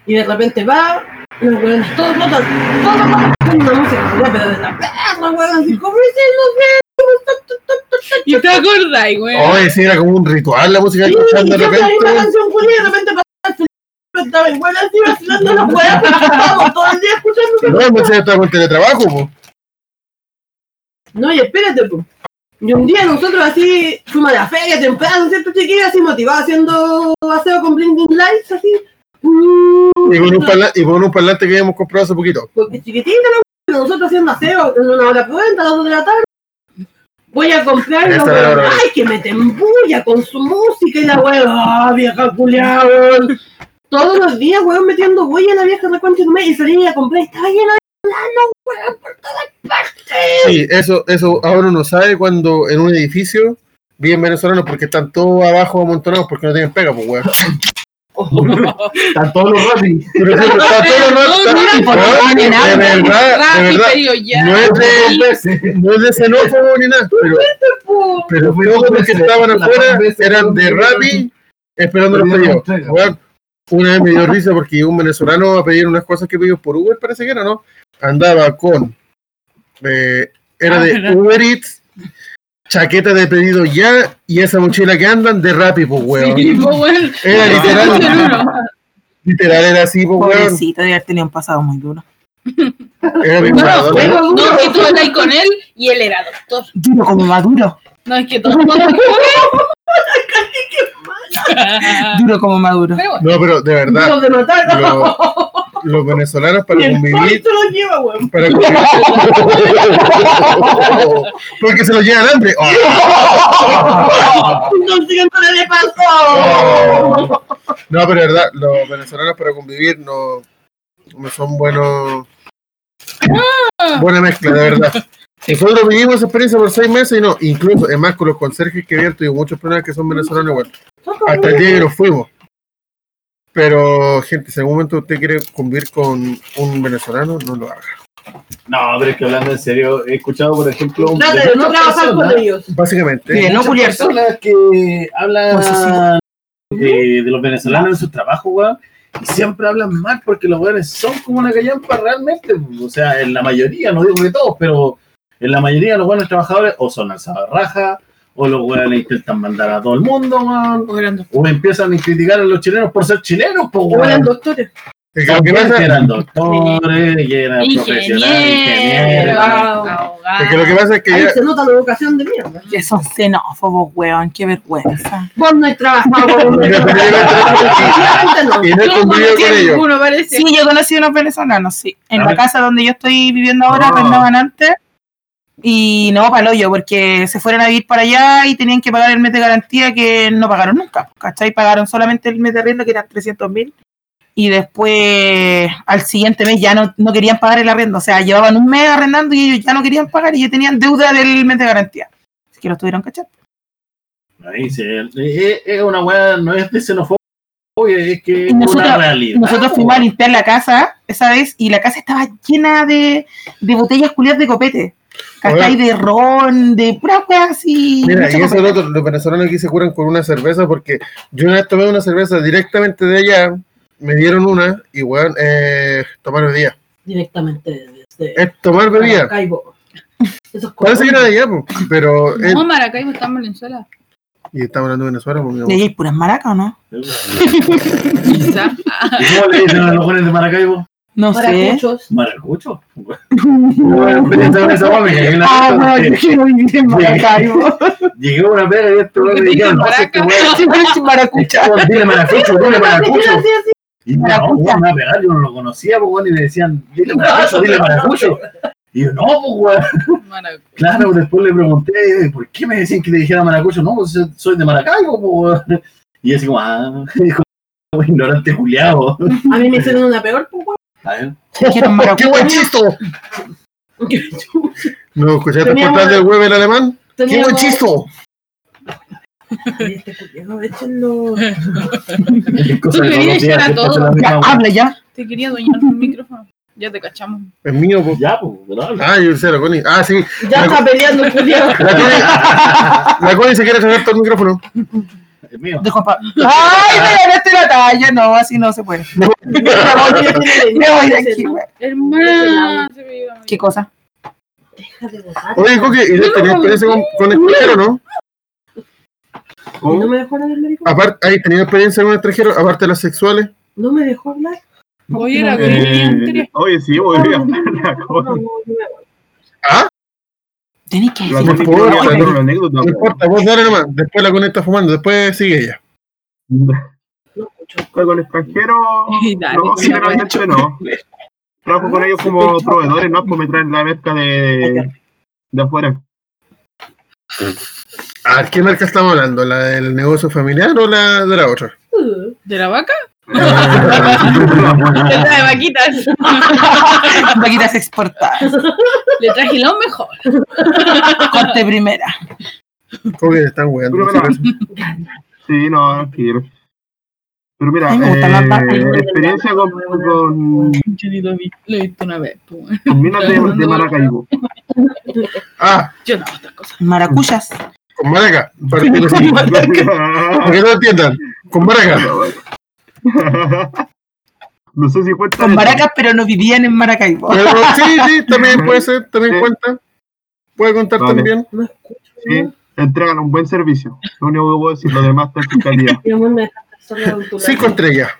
S1: Y de repente va, los hueones todos notan, todos notan con una música, ya, pero de la perra, hueón, así como "Sí,
S5: ¿Y te acordás, güey?
S2: Oye, sí, Oh, era como un ritual la música
S1: los
S2: que
S1: hueones".
S2: escuchaban
S1: Y
S2: de
S1: yo la misma
S2: repente.
S1: canción Julia, y de repente pasaba el Felipe, estaba el hueón así vacilando los hueones, porque estábamos todo el día escuchando.
S2: No, no sé, estaba con teletrabajo, po.
S1: No, y espérate, po. Y un día nosotros así fuimos a la feria temprano, ¿cierto, chiquillos? Así motivados haciendo aseo con blinding lights, así.
S2: Y con, un parla- y con un parlante que habíamos comprado hace poquito.
S1: Porque chiquitita la pero nosotros haciendo aseo en una hora cuarenta, dos de la tarde. Voy a comprar
S2: Esa
S1: los
S2: era la hora.
S1: Ay, que me tembulla con su música y la weón. Ah, vieja culiada, weón. Todos los días, weón, metiendo huella en la vieja reconcha de tu madre, y salí a comprar y estaba llena de plano, weón, por todas partes.
S2: Sí, eso, eso ahora uno sabe cuando en un edificio viven venezolanos porque están todos abajo amontonados porque no tienen pega, pues, weón.
S3: Están todos los ratis.
S2: Pero siempre está todo rato-
S4: no,
S2: De
S4: no,
S2: verdad, de verdad.
S5: Rápido, ya.
S2: No es de, no es de xenófobo ni nada, pero,
S1: Po.
S2: pero
S3: Fui
S2: todos los que
S3: veces,
S2: estaban
S3: las
S2: afuera
S3: veces,
S2: eran de
S3: dos veces.
S2: Rappi esperando los
S3: Pedían
S2: pedidos.
S3: entrega.
S2: Weón, una vez me dio risa porque un venezolano va a pedir unas cosas que pidió por Uber, parece que era, ¿no? Andaba con. eh, era
S5: Ah,
S2: de
S5: ¿verdad?
S2: Uber Eats, chaqueta de pedido ya y esa mochila que andan de Rappi, pues, weón.
S5: Sí, pues, weón.
S2: Era
S5: Ese es el
S2: literal,
S5: uno.
S2: literal, era así, pues, weón.
S4: Pobrecito, debe haber tenido un pasado muy duro.
S2: Era mi
S5: No,
S2: Maradona.
S5: no, y tú estás ahí con él y él era doctor.
S4: Duro como Maduro.
S5: No, es que todos todos-
S4: Duro como Maduro.
S5: Pero bueno,
S2: No, pero de verdad.
S1: Los de matar,
S2: Lo- los venezolanos
S1: Y
S2: para
S1: el
S2: convivir,
S1: Pablito los lleva, weón.
S2: para convivir. Porque se los llevan hambre. Oh,
S1: No siguen con el de paso.
S2: Ah. oh. No, pero de verdad, los venezolanos para convivir no, no son buenos. Buena mezcla, de verdad. Nosotros vivimos esa experiencia por seis meses y no, incluso, es más, con los conserjes que habían tenido muchos problemas que son venezolanos igual. hasta el día que nos fuimos. Pero, gente, si en algún momento usted quiere convivir con un venezolano, no lo haga.
S3: No, pero es que hablando en serio, he escuchado, por ejemplo, un-
S1: Trata de no
S3: muchas
S1: trabajar
S3: personas-
S1: con ellos.
S2: Básicamente.
S4: Sí, no
S3: muchas
S4: culiar.
S3: personas que hablan
S1: Pues
S4: Posesivo.
S3: eh, de los venezolanos en su trabajo, weón. Y siempre hablan mal porque los weones son como una callampa realmente. O sea, en la mayoría, no digo que todos, pero en la mayoría los buenos trabajadores o son alzabarraja, o los weones intentan mandar a todo el mundo, weón.
S5: eran doctor.
S3: O empiezan a criticar a los chilenos por ser chilenos, pues,
S1: O eran
S3: weón.
S1: doctores.
S2: Es que lo que
S3: También
S2: pasa-
S3: que eran doctores, y eran profesionales,
S5: ingeniero,
S3: ingenieros.
S5: abogado.
S2: es que lo que pasa es que
S1: Ahí
S2: ya-
S1: se nota la educación de mierda.
S4: Que son xenófobos, weón. Qué vergüenza.
S1: Vos no has trabajado con
S2: Mira, te llega el
S1: no.
S2: y no he
S5: No
S2: convivido
S5: conocía
S2: con
S5: a
S2: ellos.
S5: ninguno, parece.
S4: Sí, yo conocí unos venezolanos, sí. En
S3: A
S4: la
S3: ver.
S4: casa donde yo estoy viviendo ahora,
S3: Ah.
S4: arrendaban antes. Y no, palo yo, porque se fueron a vivir para allá y tenían que pagar el mes de garantía que no pagaron nunca, ¿cachai? Pagaron solamente el mes de arriendo, que eran 300 mil. Y después, al siguiente mes, ya no, no querían pagar el arriendo. O sea, llevaban un mes arrendando y ellos ya no querían pagar y ya tenían deuda del mes de garantía. Así que los tuvieron, ¿cachai?
S3: Ahí se- eh, eh, es una weá, no es de xenofobia, es que es
S4: Y nosotros-
S3: una realidad.
S4: Nosotros fuimos a limpiar la casa esa vez y la casa estaba llena de, de botellas culiadas de copete. ¿Cachai? De ron, de puras weas así.
S2: Mira,
S4: mucho
S2: y eso es
S4: copete.
S2: lo otro, los venezolanos aquí se curan con una cerveza porque yo una vez tomé una cerveza directamente de allá, me dieron una y weón, eh, tomar bebida.
S1: Directamente desde
S2: Es tomar bebida.
S1: Maracaibo. Esos
S2: Parece que era de allá, po, pero es-
S5: No, Maracaibo está en Venezuela.
S2: Y estamos hablando de Venezuela porque
S4: ¿De ahí hay puras maracas o no?
S5: Quizá.
S3: ¿Y cómo le dicen a los jóvenes de Maracaibo?
S4: No
S1: Para
S4: sé.
S1: muchos.
S3: ¿Maracucho? Bueno, experiencia con esa mami, que una
S4: Ah, no,
S3: vez-
S4: yo quiero vivir en Maracaibo.
S3: Llegué a una pega y este weón me dijeron, no sé qué weón.
S4: Siempre es maracucha.
S3: weón, Dile maracucho, dile maracucho.
S1: Así, así.
S3: Y no, weón, me va a pegar, yo no lo conocía, pues, weón, y me decían, dile maracucho, dile maracucho. Y yo, no, pues, weón.
S5: Maracu-
S3: Claro, después le pregunté, ¿por qué me decían que le dijera maracucho? No, pues yo soy de Maracaibo, pues, weón. Y yo así como, ah, hijo, ignorante juliado.
S1: A mí me hicieron una peor, pues, weón.
S3: A ver.
S4: Quiero un
S2: ¡Qué buen chisto! ¿No escuchaste el
S1: Teníamos-
S2: portal del web en alemán? ¡Qué
S1: Teníamos-
S2: buen chisto!
S1: Ay, este culiao, échenlo.
S3: Cosa de todos
S5: querías
S3: los días,
S5: llegar a
S3: que
S5: todo.
S3: pasa la misma
S4: Ya,
S3: weá.
S4: habla ya.
S5: Te quería doñar un micrófono. Ya te cachamos.
S2: Es mío, po.
S3: Ya, pues, pero habla.
S2: Ah, yo sé, la Connie. Ah, sí.
S1: Ya está peleando, culiao.
S2: La Connie, la Connie se quiere sacar todo el micrófono.
S3: Es mío.
S4: Dejo pa- Ay, me ganaste la talla. No, así no se puede. Me voy de aquí, weón.
S5: Hermana. se me iba a
S4: ¿Qué cosa?
S1: Déjate botar.
S2: Oye, Coque, ¿y tú tenías experiencia con, con extranjeros, no?
S1: ¿Y no me dejó hablar el médico?
S2: Aparte, ¿hay tenido experiencia con extranjeros, aparte de las sexuales?
S1: ¿No me dejó hablar?
S5: Oye, la
S6: Eh,
S5: corriente.
S6: oye, sí, voy a la
S1: No,
S6: cosa.
S1: no, yo me-
S2: ¿Ah,
S4: Tenés que
S6: La
S4: decir.
S6: cosa es que voy a contar una anécdota.
S2: no importa, vos dale nomás. Después la Connie está fumando, después sigue ella.
S1: no escucho.
S6: pues. Con extranjeros,
S5: Dale,
S6: no,
S5: con la
S6: generalmente no. Trabajo con ellos como proveedores, no, pues me traen la mezcla de, de afuera.
S2: ¿A qué marca estamos hablando? ¿La del negocio familiar o la de la otra?
S1: Uh,
S5: ¿De la vaca?
S3: Yo
S6: Ah.
S5: De la de vaquitas.
S4: Vaquitas exportadas.
S5: Le traje lo mejor.
S4: Corte primera.
S2: Coque, están weando.
S6: Pero mira, sí, no, quiero. Pero mira,
S4: Ay, me gustan las vacas.
S6: eh, experiencia con, con,
S5: Yo ni lo vi. Lo he visto una vez. po, weón.
S6: con minas de, de Maracaibo.
S2: Ah,
S5: Yo no hago estas cosas.
S4: Maracuchas.
S2: con maraca. Para que no, se- para que no entiendan. Con maraca.
S6: No sé si cuenta.
S4: Con
S6: eso.
S4: maracas, pero no vivían en Maracaibo.
S2: Pero sí, sí, también puede ser, también
S6: Sí.
S2: cuenta. Puede contar
S6: Vale.
S2: también.
S1: no escucho.
S6: Sí, eh, entregan un buen servicio. Lo único que puedo decir, lo demás está en fiscalía.
S1: Mi amor, me dejaste sola con tu
S2: Cinco estrellas.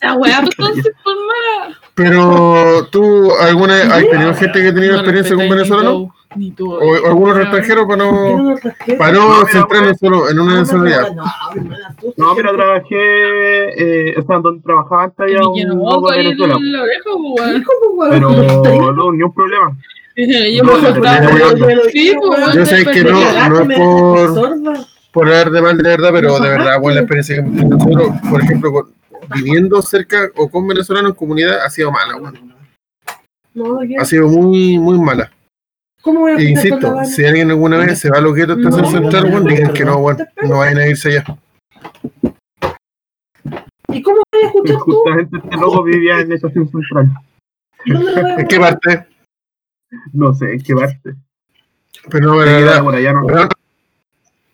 S5: Esa weá, pues, entonces, por mala.
S2: Pero tú, alguna vez- ¿has tenido gente que ha tenido experiencia con venezolanos?
S5: Ni tú.
S2: ¿O o algunos extranjeros para no, para
S6: No,
S2: no
S6: mira,
S2: centrarnos solo en una nacionalidad?
S6: No, mira, trabajé. Eh, o sea, donde trabajaba antes había
S5: Y yo
S6: un
S5: no
S6: loco de
S5: ahí en
S6: Venezuela.
S5: la oreja, po, weón.
S1: pues,
S6: Pero no, ni un problema.
S5: Yo
S6: No,
S5: me
S6: no,
S5: soltaba.
S2: no, no, no.
S5: Sí,
S4: pues,
S5: po, weón,
S2: Yo sé
S5: estoy
S2: que no-
S1: Pues, "Ah,
S5: perdida.
S2: no- por hablar de mal de verdad, pero de verdad, buena experiencia que hemos tenido nosotros, por ejemplo, con- viviendo cerca o con venezolanos en comunidad, ha sido mala, bueno. ha sido muy, muy mala.
S1: ¿Cómo voy a
S2: E
S1: estar con la
S2: insisto,
S1: Habana?
S2: si alguien alguna vez se va a lo que está
S1: No,
S2: Estación Central,
S1: no,
S2: bueno,
S1: no,
S2: digan
S1: no,
S2: que no, bueno, no vayan a irse allá.
S1: ¿Y cómo voy a
S6: Y
S1: escuchar tú?
S6: justamente este loco vivía en esa estación central.
S1: ¿Dónde lo voy a
S2: ¿En qué parte?
S6: No sé, en qué parte.
S2: Pero no, de
S6: Se quedaba
S2: verdad.
S6: por allá, no.
S2: weón,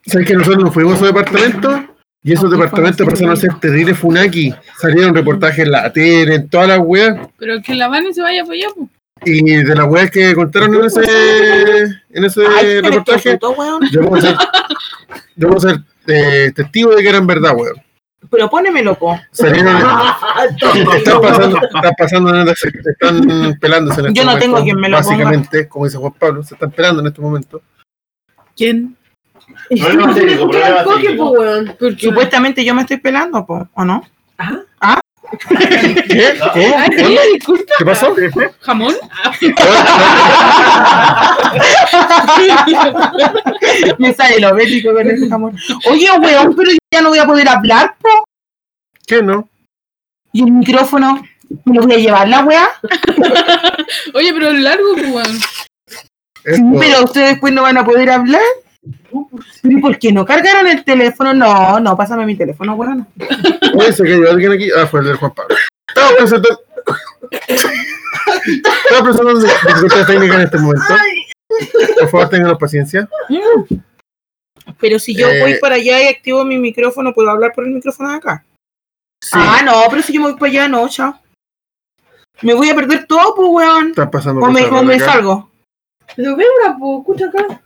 S2: ¿Sabes que nosotros nos fuimos a su departamento? Y esos
S4: Aunque
S2: departamentos
S4: fuera
S2: pasaron a ser terribles funaki. Salieron reportajes en la tele, en todas las weas.
S5: Pero que la mano se vaya para allá, po.
S2: Y de las weas que contaron en ese, en ese
S4: Ay, pero qué
S2: reportaje,
S4: puto, weón.
S2: Yo puedo ser, yo puedo ser eh, testigo de que eran verdad, weón.
S4: Pero póneme loco.
S2: Salieron, están, pasando, están pasando, en- se están pelándose en este
S4: Yo no
S2: momento,
S4: tengo quien me lo ponga.
S2: Básicamente, como dice Juan Pablo, se están pelando en este momento.
S5: ¿Quién?
S1: ¿Y
S3: Problema
S1: cómo se le
S3: técnico,
S1: escucha al
S3: problema
S1: coque,
S3: técnico.
S1: po, weón?
S5: Porque
S4: Supuestamente yo me estoy pelando, po, ¿o no?
S2: ¿Qué? ¿Qué?
S5: Ay, sí, disculpa.
S2: ¿Qué pasó?
S5: ¿Jamón?
S4: Me sale lo bético con ese amor. Oye, weón, pero yo ya no voy a poder hablar, po.
S2: ¿Qué no?
S4: Y el micrófono, ¿me lo voy a llevar la weá?
S5: Oye, pero es largo, po, weón.
S2: Esto,
S4: Pero ustedes después no van a poder hablar. ¿Pero ¿Y por qué no cargaron el teléfono? No, no, pásame mi teléfono, weón.
S2: Oye, se cayó alguien aquí. Ah, fue el del Juan Pablo. Estaba presentando. Estaba presentando dificultades técnicas en este momento. Por favor, tengan paciencia.
S4: Pero si yo
S2: Eh.
S4: voy para allá y activo mi micrófono, ¿puedo hablar por el micrófono de acá? Ah, no, pero si yo me voy para allá, no, chao. Me voy a perder todo, pues, weón.
S2: Están pasando
S4: O me,
S2: cosas
S4: o me
S2: raras acá.
S4: salgo.
S1: Pero venga, po, escucha acá.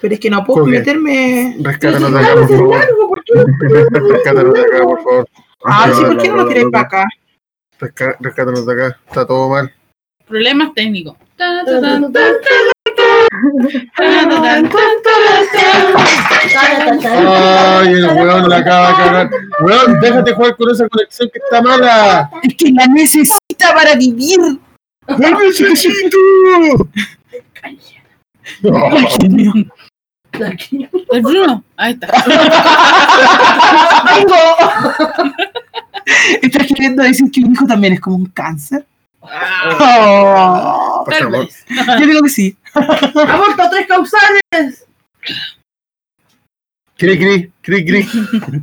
S4: Pero es que no puedo
S2: Coge.
S4: meterme.
S2: Rescátanos de acá,
S1: Claro,
S2: por
S1: es
S2: favor.
S1: largo, ¿por qué no?
S2: Rescátanos de acá, por favor.
S4: Ah,
S6: Pero
S4: sí,
S6: la-
S4: ¿por qué no
S6: la-
S4: lo tiráis
S6: la-
S4: para acá?
S2: Resca- Rescátanos de acá. Está todo mal.
S5: Problemas técnicos. Tan, tan, tan, tan.
S2: Ay, el weón la acaba de cagar. Weón, déjate jugar con esa conexión que está mala.
S4: Es que la necesita para vivir.
S2: ¡La necesito!
S5: El Bruno, ahí está.
S4: ¡Tengo! ¿Estás queriendo decir que un hijo también es como un cáncer? Oh,
S2: Por favor.
S4: yo digo que sí.
S1: Aborto tres causales.
S2: Cri, cri, cri, cri.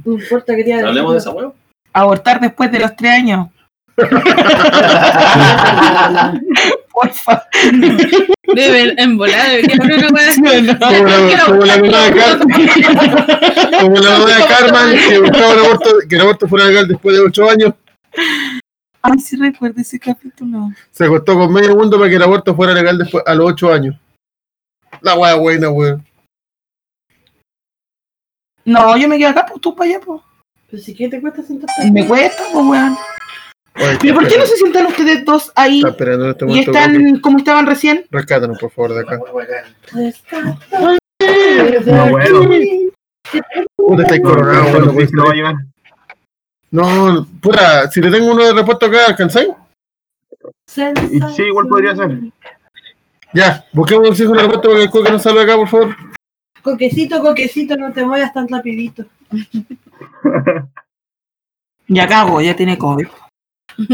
S1: No importa que te haga-
S7: Hablemos de esa huevo.
S4: Abortar después de los tres años. Por favor.
S5: Debe en volada, debería haber una weá.
S2: Como la, como la mamá de Carmen. Como la mamá de Carmen que buscaba el aborto, que el aborto fuera legal después de ocho años.
S4: Ay, sí recuerdo ese capítulo.
S2: Se acostó con medio mundo para que el aborto fuera legal después a los ocho años. La wea buena, weón.
S4: No, yo me quedo acá, pues tú para allá, pues.
S1: Pero si quieres te cuesta sentarte.
S4: Me cuesta, pues, weón.
S2: Oye,
S4: ¿Pero por qué no se sientan ustedes dos ahí
S2: Está esperando en este
S4: y
S2: momento.
S4: están como estaban recién?
S2: Rescátanos, por favor, de acá.
S6: No, bueno.
S2: Puta, estáis coronado,
S6: No,
S2: weón.
S6: no,
S2: No,
S6: no,
S2: puede
S6: no va a
S2: ser. ah, no, puta,
S6: llegar.
S2: si le tengo uno de repuesto acá, ¿alcanzáis?
S6: Y sí, igual podría ser.
S2: Ya, busquemos un hijo de repuesto para que el coque no salga acá, por favor.
S1: Coquecito, coquecito, no te muevas tan rapidito.
S4: Ya cago, ya tiene COVID.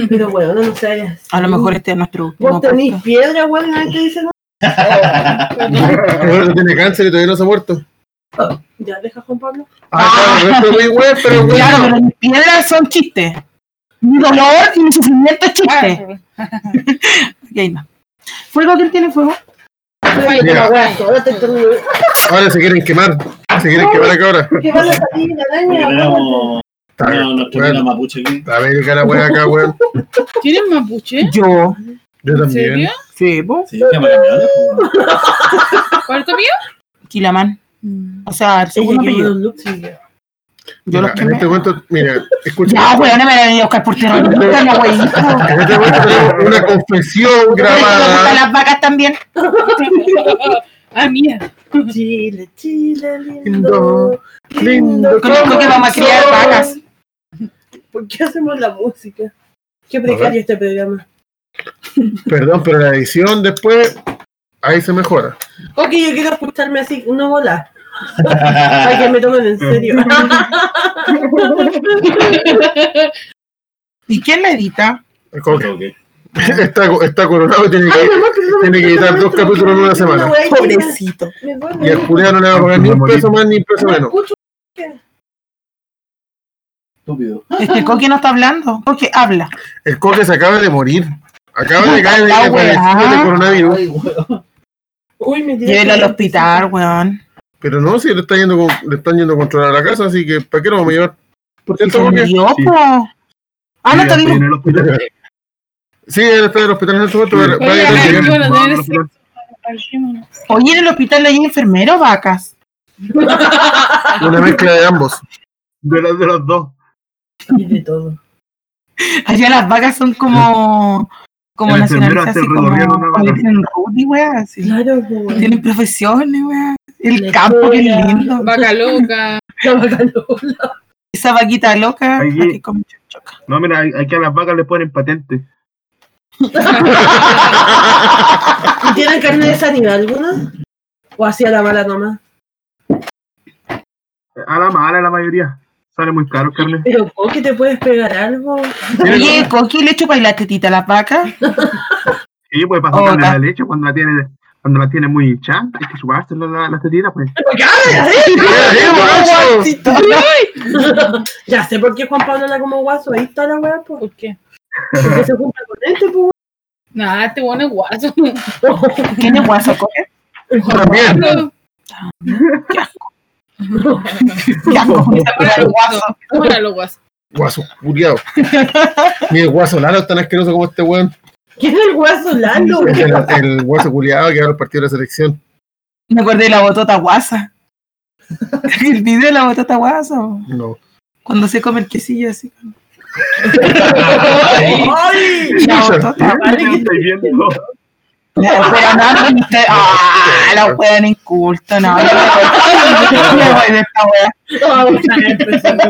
S1: Pero bueno, no lo sabes.
S4: A lo mejor este es nuestro último
S1: Vos tenés
S4: podcast.
S1: piedra, weón, nadie te dice nada.
S2: El gordo tiene cáncer y todavía no se ha muerto.
S1: Ya, deja Juan Pablo.
S2: Ah, claro, el resto muy weón, pero weón.
S4: Claro, pero mis piedras son chistes. Mi dolor y mi sufrimiento es
S1: Ah,
S4: chiste. Y ahí no. ¿Fuego? ¿Quién tiene fuego?
S2: Mira,
S1: Ahora te termino.
S2: ahora se quieren quemar. Se quieren quemar acá ahora.
S1: ¿Qué van a salir, la
S7: Porque
S1: araña?
S7: tenemos
S2: Está bien,
S7: tenemos nuestra
S2: bueno.
S7: mina mapuche aquí.
S2: La verga la wea acá, weón.
S5: ¿Tienes mapuche?
S4: Yo.
S2: Yo
S5: ¿En
S2: también.
S5: serio?
S4: Sí, vos.
S7: Se llama la Miola, pues.
S5: ¿Cuarto
S4: Quilamán.
S5: mío?
S4: O sea, el
S1: Ella
S4: segundo
S1: que
S4: apellido.
S1: los looks y ya.
S4: Yo
S2: Mira,
S4: los
S2: en
S4: quemé.
S2: este momento, mira, escucha.
S4: Ya, weón, no me la venía a buscar por tierra. No, la weón.
S2: En este momento tenemos una confesión grabada.
S4: las vacas también.
S5: Ah, mía.
S1: Chile, Chile,
S2: Lindo,
S1: lindo.
S2: lindo
S4: Creo que vamos a criar vacas.
S1: ¿Por qué hacemos la música? Qué precario este programa.
S2: Perdón, pero la edición después, ahí se mejora.
S1: Ok, yo quiero escucharme así, no volar. Para que me tomen en serio.
S4: ¿Y quién la edita?
S2: El coque.
S7: Ok.
S2: Está, está coronado y tiene
S1: Ay, mi
S2: que,
S1: amor, perdón,
S2: tiene que editar dos capítulos en una semana.
S1: güey,
S4: Pobrecito.
S1: me duele.
S2: Y al culiao no le va a pagar ni un peso más ni un peso
S1: No
S2: menos.
S1: escucho.
S7: Estúpido.
S4: Es que Este Coqui no está hablando. Coqui habla.
S2: El coque se acaba de morir. Acaba de caer de
S4: La
S2: padecido de
S4: weá.
S2: coronavirus.
S7: Ay, huevo.
S1: Uy, me tiré.
S4: Llévelo al hospital, weón.
S2: Pero no, si le está yendo con- le están yendo a controlar la casa, así que ¿para qué lo vamos a llevar?
S4: Porque se
S2: ¿Cierto, Coqui?
S4: murió,
S6: Sí.
S4: po. Ah, no
S6: Sí,
S4: está
S6: estoy
S4: vivo.
S6: en el pues. hospital.
S2: Sí, él está en el hospital en el momento. va- va a ir a
S5: Oye,
S2: llegar.
S5: bueno,
S6: Vamos al
S5: eres-
S6: hospital.
S4: Oye, en el hospital hay enfermero, vacas.
S2: Una mezcla de ambos.
S6: De los, de los dos.
S1: Y de todo.
S4: Allá las vacas son como. Como
S6: El enfermero
S4: nacionales,
S6: hace
S4: así
S6: el recorrido de
S4: como.
S6: una
S4: como
S6: vaca.
S4: tienen rugby, weón. así.
S1: Claro,
S2: pues,
S1: güey.
S4: Tienen profesiones, weón. El
S1: La
S4: campo, que
S1: historia.
S4: lindo.
S5: Vaca loca.
S1: La bacanola.
S4: Esa vaquita loca.
S6: Allí.
S4: la que come choca.
S6: No, mira, aquí a las vacas le ponen patente.
S1: ¿Y tienen carne de sanidad alguna? ¿O hacía la mala nomás?
S6: A la mala la mayoría. Sale muy caro, carne.
S1: Pero, ¿cómo que te puedes pegar algo?
S4: Oye, Coqui le chupa y la tetita a las vacas.
S6: Sí, pues
S4: Oh,
S6: pasarle
S4: ta-
S6: la leche cuando la tiene, cuando la tiene muy hinchada. Hay que chupársela la, la tetita, pues.
S1: Ya sé por qué Juan Pablo habla como guaso. Ahí está la weá, po.
S5: ¿Por qué?
S1: Porque se junta con este, po.
S5: Nada, este bueno es guaso.
S4: ¿Quién es guaso, Coqui?
S2: También.
S4: Ya, cojones, para el guaso.
S5: Ahora lo guaso.
S2: Guaso culiao. Mira, el guaso Lalo es tan asqueroso como este weón.
S1: ¿Quién es el guaso Lalo?
S2: El, el guaso culiao que ahora el partido de la selección.
S4: Me acordé de la botota guasa. El video de la botota guasa. po.
S2: No.
S4: Cuando se come el quesillo así.
S5: Ay,
S4: La botota.
S6: Yo estoy viendo.
S4: La wea no, usted- ah, la wea no inculta, no. yo me voy de esta wea.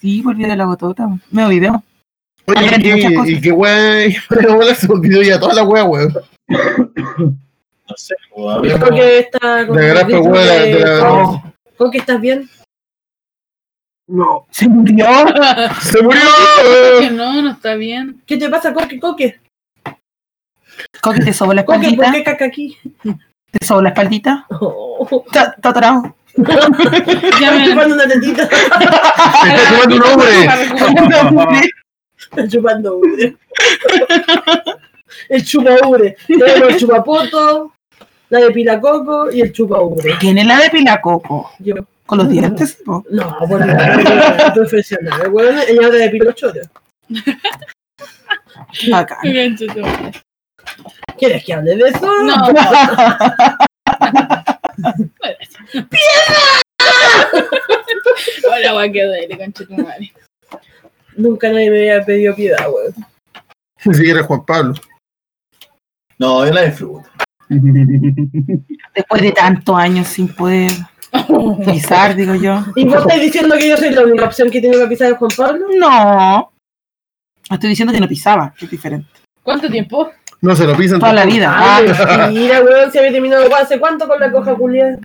S4: Sí, por video de la botota. Me olvidé.
S2: Oye,
S4: Ayer
S2: y
S4: entendí muchas
S2: qué-
S4: cosas.
S2: y qué wey, ahora se olvidó ya toda la wea, weón.
S7: No sé, o había-
S1: Creo que está con
S2: La
S1: el
S2: grapa,
S1: grito
S2: weón, la- de la-
S1: Coque. Coque, ¿estás bien?
S6: No,
S4: Se murió.
S2: ¡Se murió! Eh.
S5: que no, no está bien.
S1: ¿Qué te pasa, Coque? Coque,
S4: Coque te sobó la
S1: Coque, ¿por
S4: espaldita.
S1: qué caca aquí?
S4: Te sobó la espaldita.
S1: Oh,
S4: Está está atorado.
S5: Ya
S1: está
S5: me
S1: chupando una tetita.
S2: ¡Se está tomando un hombre!
S1: Está chupando ubre. El chupa ubre. Tenemos el chupapoto, la de pilacoco y el chupa ubre.
S4: ¿Quién es la de Pilacoco?
S1: Yo,
S4: Con los dientes, po.
S1: no, por Dios, profesional. Bueno, ella habla de pilochorio.
S4: Bacán.
S5: Bien, chucho.
S1: ¿Quieres que hable de eso?
S5: No. Hola, guay, que duele, concha tu madre.
S1: Nunca nadie me había pedido piedad, weón.
S2: Ni siquiera Juan Pablo.
S7: No, es la de fruta.
S4: Después de tantos años sin poder pisar, digo yo.
S1: ¿Y vos estás diciendo que yo soy la única opción que tiene que pisar el Juan Pablo?
S4: No. Estoy diciendo que no pisaba, que es diferente.
S5: ¿Cuánto tiempo?
S2: No se lo pisan.
S4: Toda la vida. Ah,
S1: Ay, Mira, weón, se había terminado weón, hace cuánto con la coja culiada.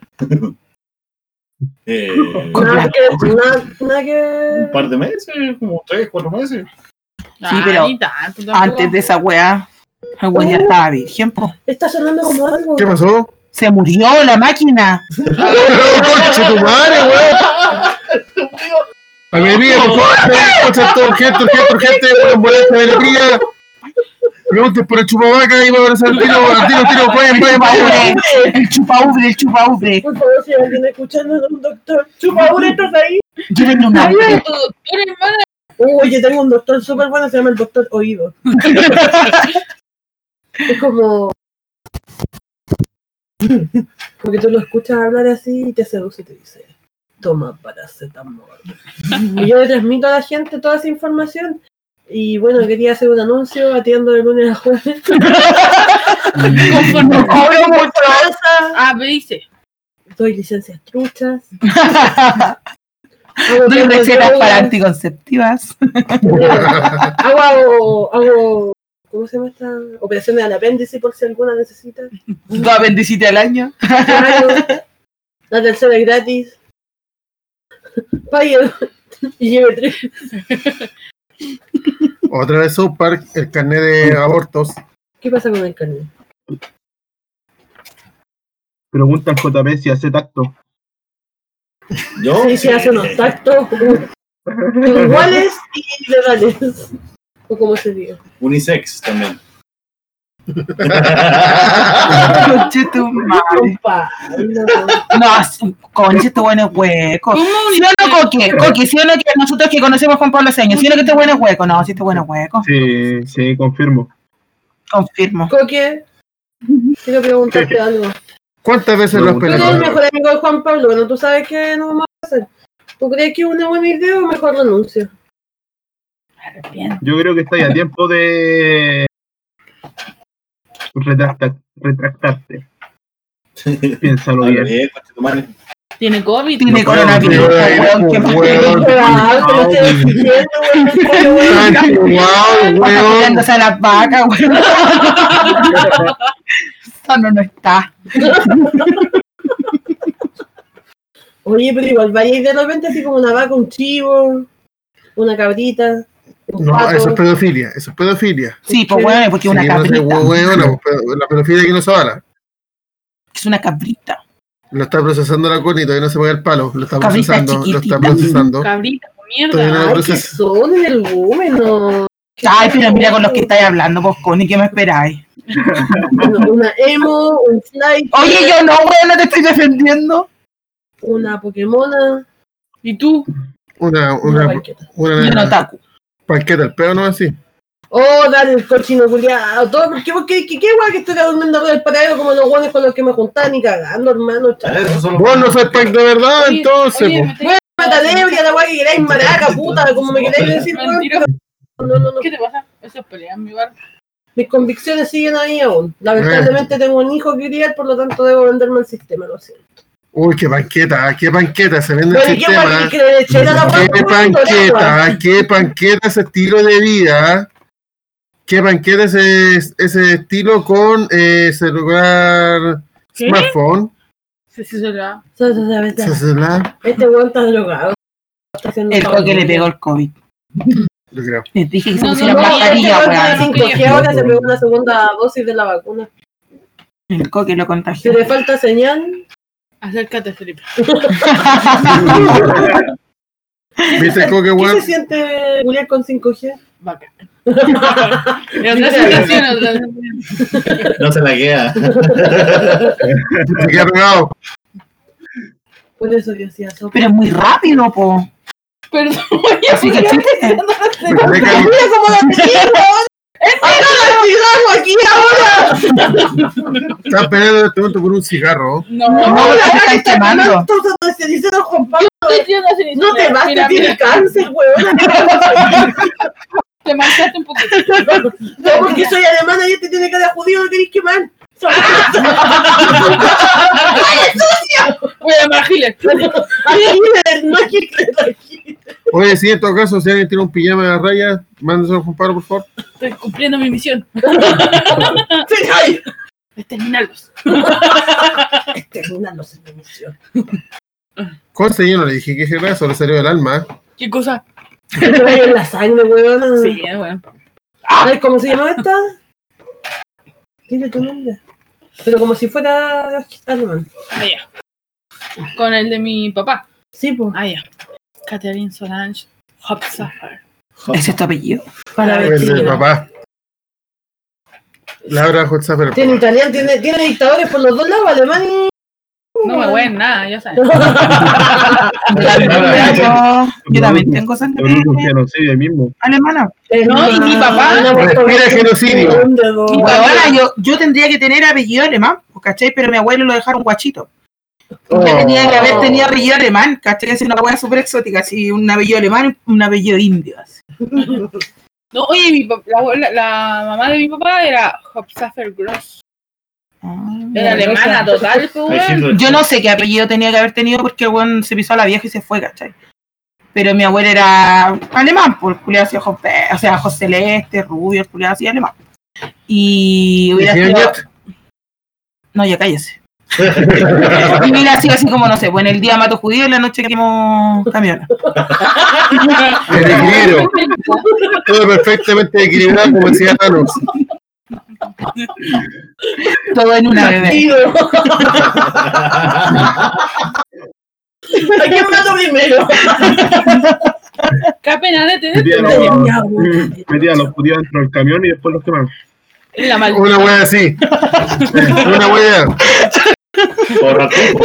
S7: Eh,
S1: Nada que. Nada, nada que.
S7: un par de meses, como tres, cuatro meses.
S5: Ah,
S4: pero
S5: ni tanto, tampoco.
S4: antes de esa weá, el weón ya estaba virgen, po.
S1: Está sonando como algo.
S2: ¿Qué pasó?
S4: Se murió la máquina.
S2: ¡Concha tu madre, weón! Alegría, por favor, escucha todo, gente, gente, gente, weón, molesta de alegría. Preguntes por el chupavaca y va a abrazar el tiro, el tiro, tiro, pueden, pueden, pueden.
S4: El chupaubre, el chupaubre.
S1: Por favor, si hay alguien escuchando, un doctor. Chupa ubre, estás ahí.
S4: Llévenme una
S5: Ay, tu doctora, hermana.
S1: Uy, Uh, yo tengo un doctor súper bueno, se llama el doctor Oído. es como. Porque tú lo escuchas hablar así y te seduce y te dice: Toma paracetamol. y yo le transmito a la gente toda esa información. Y bueno, quería hacer un anuncio, atiendo de lunes a jueves.
S5: Conforme-
S1: ¡Cobro por falsa!
S5: Ah, me dice.
S1: Doy licencias truchas.
S4: Doy recetas para anticonceptivas.
S1: hago, hago, ¿cómo se llama esta? Operaciones al apéndice por si alguna necesita.
S4: Dos bendicite al año.
S1: Claro. La tercera es gratis. Pague y lleve tres.
S2: Otra vez South Park, el carnet de abortos.
S1: ¿Qué pasa con el carnet?
S6: pregunta al JP si hace tacto.
S7: Yo.
S1: Oh, Sí, se hace unos tactos iguales y legales. O como se diga.
S7: Unisex también.
S4: Conche tu madre.
S1: Compa, no.
S4: No, sí, conche tu bueno es hueco.
S5: ¿Cómo
S4: ¿Sí o no, Coque? Coque, ¿sí o no que nosotros que conocemos a Juan Pablo hace años? ¿Sí o no que este bueno es hueco? No, sí este bueno es hueco.
S6: Sí, sí, confirmo.
S4: Confirmo.
S1: Coque, quiero preguntarte algo.
S2: ¿Cuántas veces lo has
S1: Tú eres
S2: peleado?
S1: el mejor amigo de Juan Pablo, bueno, tú sabes que no vamos a hacer. ¿Tú crees que es una buena idea o mejor renuncio?
S5: Bien.
S6: Yo creo que estáis a tiempo de retracta- retractarte. Piénsalo
S7: Habla
S6: bien.
S7: bien, conchetumare.
S5: Tiene COVID.
S4: Tiene
S2: No puedo,
S4: coronavirus.
S2: sí,
S4: weón, ¿qué
S2: weón,
S4: más
S2: weón.
S4: querés?
S1: Ah, pero te estoy diciendo, weón, weón.
S2: Ay, ¡Wow,
S4: Está
S2: weón!
S4: tirándose a las vacas, weón. Eso no, no está.
S1: Oye, pero igual vaya y de repente así como una vaca, un chivo, una cabrita, un
S2: No,
S1: pato.
S2: eso es pedofilia, eso es pedofilia.
S4: Sí, pues weón, porque
S2: Sí,
S4: es una
S2: no sé,
S4: cabrita.
S2: weón, la, la pedofilia que no se avala.
S4: Es una cabrita.
S2: Lo está procesando la cornita y todavía no se paga el palo. Lo está
S4: Cabrita
S2: procesando, lo
S4: chiquitita.
S2: está procesando.
S5: Cabrita,
S2: Todavía no
S5: mierda.
S2: lo
S1: Ay, que
S2: procesa.
S1: son el no.
S4: Ay, pero mira con los que estáis hablando, vos, Connie, ¿qué me esperáis?
S1: Una, una emo, un fly,
S4: Oye, yo no, weón, no te estoy defendiendo.
S1: una Pokémona,
S5: ¿Y tú?
S2: Una,
S1: una
S2: una,
S1: vaqueta.
S4: Yo no
S2: una
S4: taco.
S2: panqueta, el pedo no es así.
S1: Oh, dale el cochino culiado. Todo, porque vos qué, qué, qué guay que estoy durmiendo con el paradero como los guanes con los que me juntaban ni cagando, hermano. chaval.
S7: Eso solo-
S2: Vos no sois punk de verdad, Ah,
S5: Oye,
S2: entonces.
S5: oye,
S2: po.
S5: me
S1: Bueno,
S5: tengo-
S1: matalebria, la guay que queráis, maraca, puta, como me queráis decir, weón.
S5: Mentiroso.
S1: No, no, no.
S5: ¿Qué te pasa? Eso es pelea en mi bar.
S1: Mis convicciones siguen ahí aún. Lamentablemente tengo un hijo que criar, por lo tanto debo venderme al sistema, lo siento.
S2: Uy, qué panqueta, qué panqueta, se vende
S1: Bueno,
S2: el
S1: ¿y qué guay
S2: sistema.
S1: que le echara la guay?
S2: Qué panqueta, qué panqueta ese estilo de vida. Qué panqueta ese, ese estilo con eh, celular,
S5: ¿Qué?
S2: smartphone,
S5: Sí, sí, será.
S2: celular,
S1: Este weón está drogado. Está haciendo
S4: El
S1: todo.
S4: que le pegó el COVID.
S2: yo creo.
S4: Les dije que se
S5: No,
S4: pusieran
S5: no, no,
S1: este
S4: mascarilla,
S5: no, no,
S4: weón.
S5: no, no.
S1: Que ahora se pegó una segunda dosis de la vacuna.
S4: El coque lo
S1: Si
S4: contagió.
S1: le falta señal,
S5: Acércate, Felipe.
S2: ¿Viste cómo que
S1: ¿qué
S2: weón?
S1: se siente Julián con 5G?
S5: Bacán. Transmitación, transmitación.
S7: No se la queda.
S2: Se queda pegado.
S1: Por eso yo hacía sopa.
S4: Pero es muy rápido, po.
S5: Perdón,
S4: Así que chiste.
S2: Me cago-
S1: Mira cómo la tiramos aquí ahora!
S2: Están peleando en este momento por un cigarro.
S5: No,
S4: No,
S5: no.
S4: no, se están quemando.
S1: Todos los ceniceros con pan. No te vas,
S5: mira,
S1: te
S5: mira,
S1: tiene cáncer, weón.
S5: te marcaste un poquito.
S1: No, porque soy alemana y este tiene cara de judío, lo queréis quemar.
S5: Voy a llamar a Giles.
S1: Aquí, no es que
S2: Oye, sí, en todo caso, si alguien tiene un pijama de raya, mándeselo a Juan Pablo, por favor.
S5: Estoy cumpliendo mi misión.
S1: ¡Ay! este
S5: Es terminarlos.
S1: Terminan los enemigos.
S2: Conste, yo no le dije que era, solo salió del alma.
S5: ¿Qué cosa?
S1: Que te vayan la sangre, weón.
S5: Sí, eh, bueno.
S1: Ay, ¿Cómo se llama esta? Dile tu nombre. Pero como si fuera alemán.
S5: Ah, ya. Con el de mi papá.
S1: Sí, pues.
S5: Ah, ya. Catherine Solange Hopsacher.
S4: Ese es tu apellido.
S1: Para
S2: Ah, El del
S1: vestir.
S2: papá. Laura Hotzafer.
S1: Tiene italiano, tiene, tiene dictadores por los dos lados, alemán y.
S5: No me huelen nada, ya sabes.
S4: Yo yo también tengo sangre
S6: Don Hugo se genocida ahí mismo.
S4: alemana.
S5: Eh, No, y mi
S1: Ah,
S5: papá.
S2: Respira genocidio.
S4: Mi abuela, yo, yo tendría que tener apellido alemán, pues, ¿cachai? Pero mi abuelo lo dejaron guachito.
S5: Oh.
S4: Yo tenía que haber tenido apellido alemán, ¿cachai? Es una hueá súper exótica, así, un apellido alemán y un apellido indio. así.
S5: No, oye, mi pap- la, abuela- la mamá de mi papá era Hopsacher Gross. Era alemana total, pues,
S1: Eh,
S5: weón.
S4: Ah, Yo no sé qué apellido tenía que haber tenido porque el weón se pisó a la vieja y se fue, ¿cachai? Pero mi abuelo era alemán, por culiado hacía José, o sea, José Celeste, rubio, el culiado hacía alemán. Y hubiera
S2: ¿Y
S4: sido.
S2: Gillette?
S4: No, ya cállese. y hubiera sido así como, no sé, bueno, el día mato judío y la noche quemó camiones.
S2: El equilibrio. Todo perfectamente equilibrado, como decía Thanos.
S4: Todo en una bebé.
S1: ¿A quién mato primero?
S5: Qué pena de tener
S6: Metían a
S1: Ya,
S6: los-
S1: bueno.
S6: metían a los judíos dentro del camión y después los quemaban.
S5: la maldita.
S2: Una wea así. Una wea.
S7: Por ratito.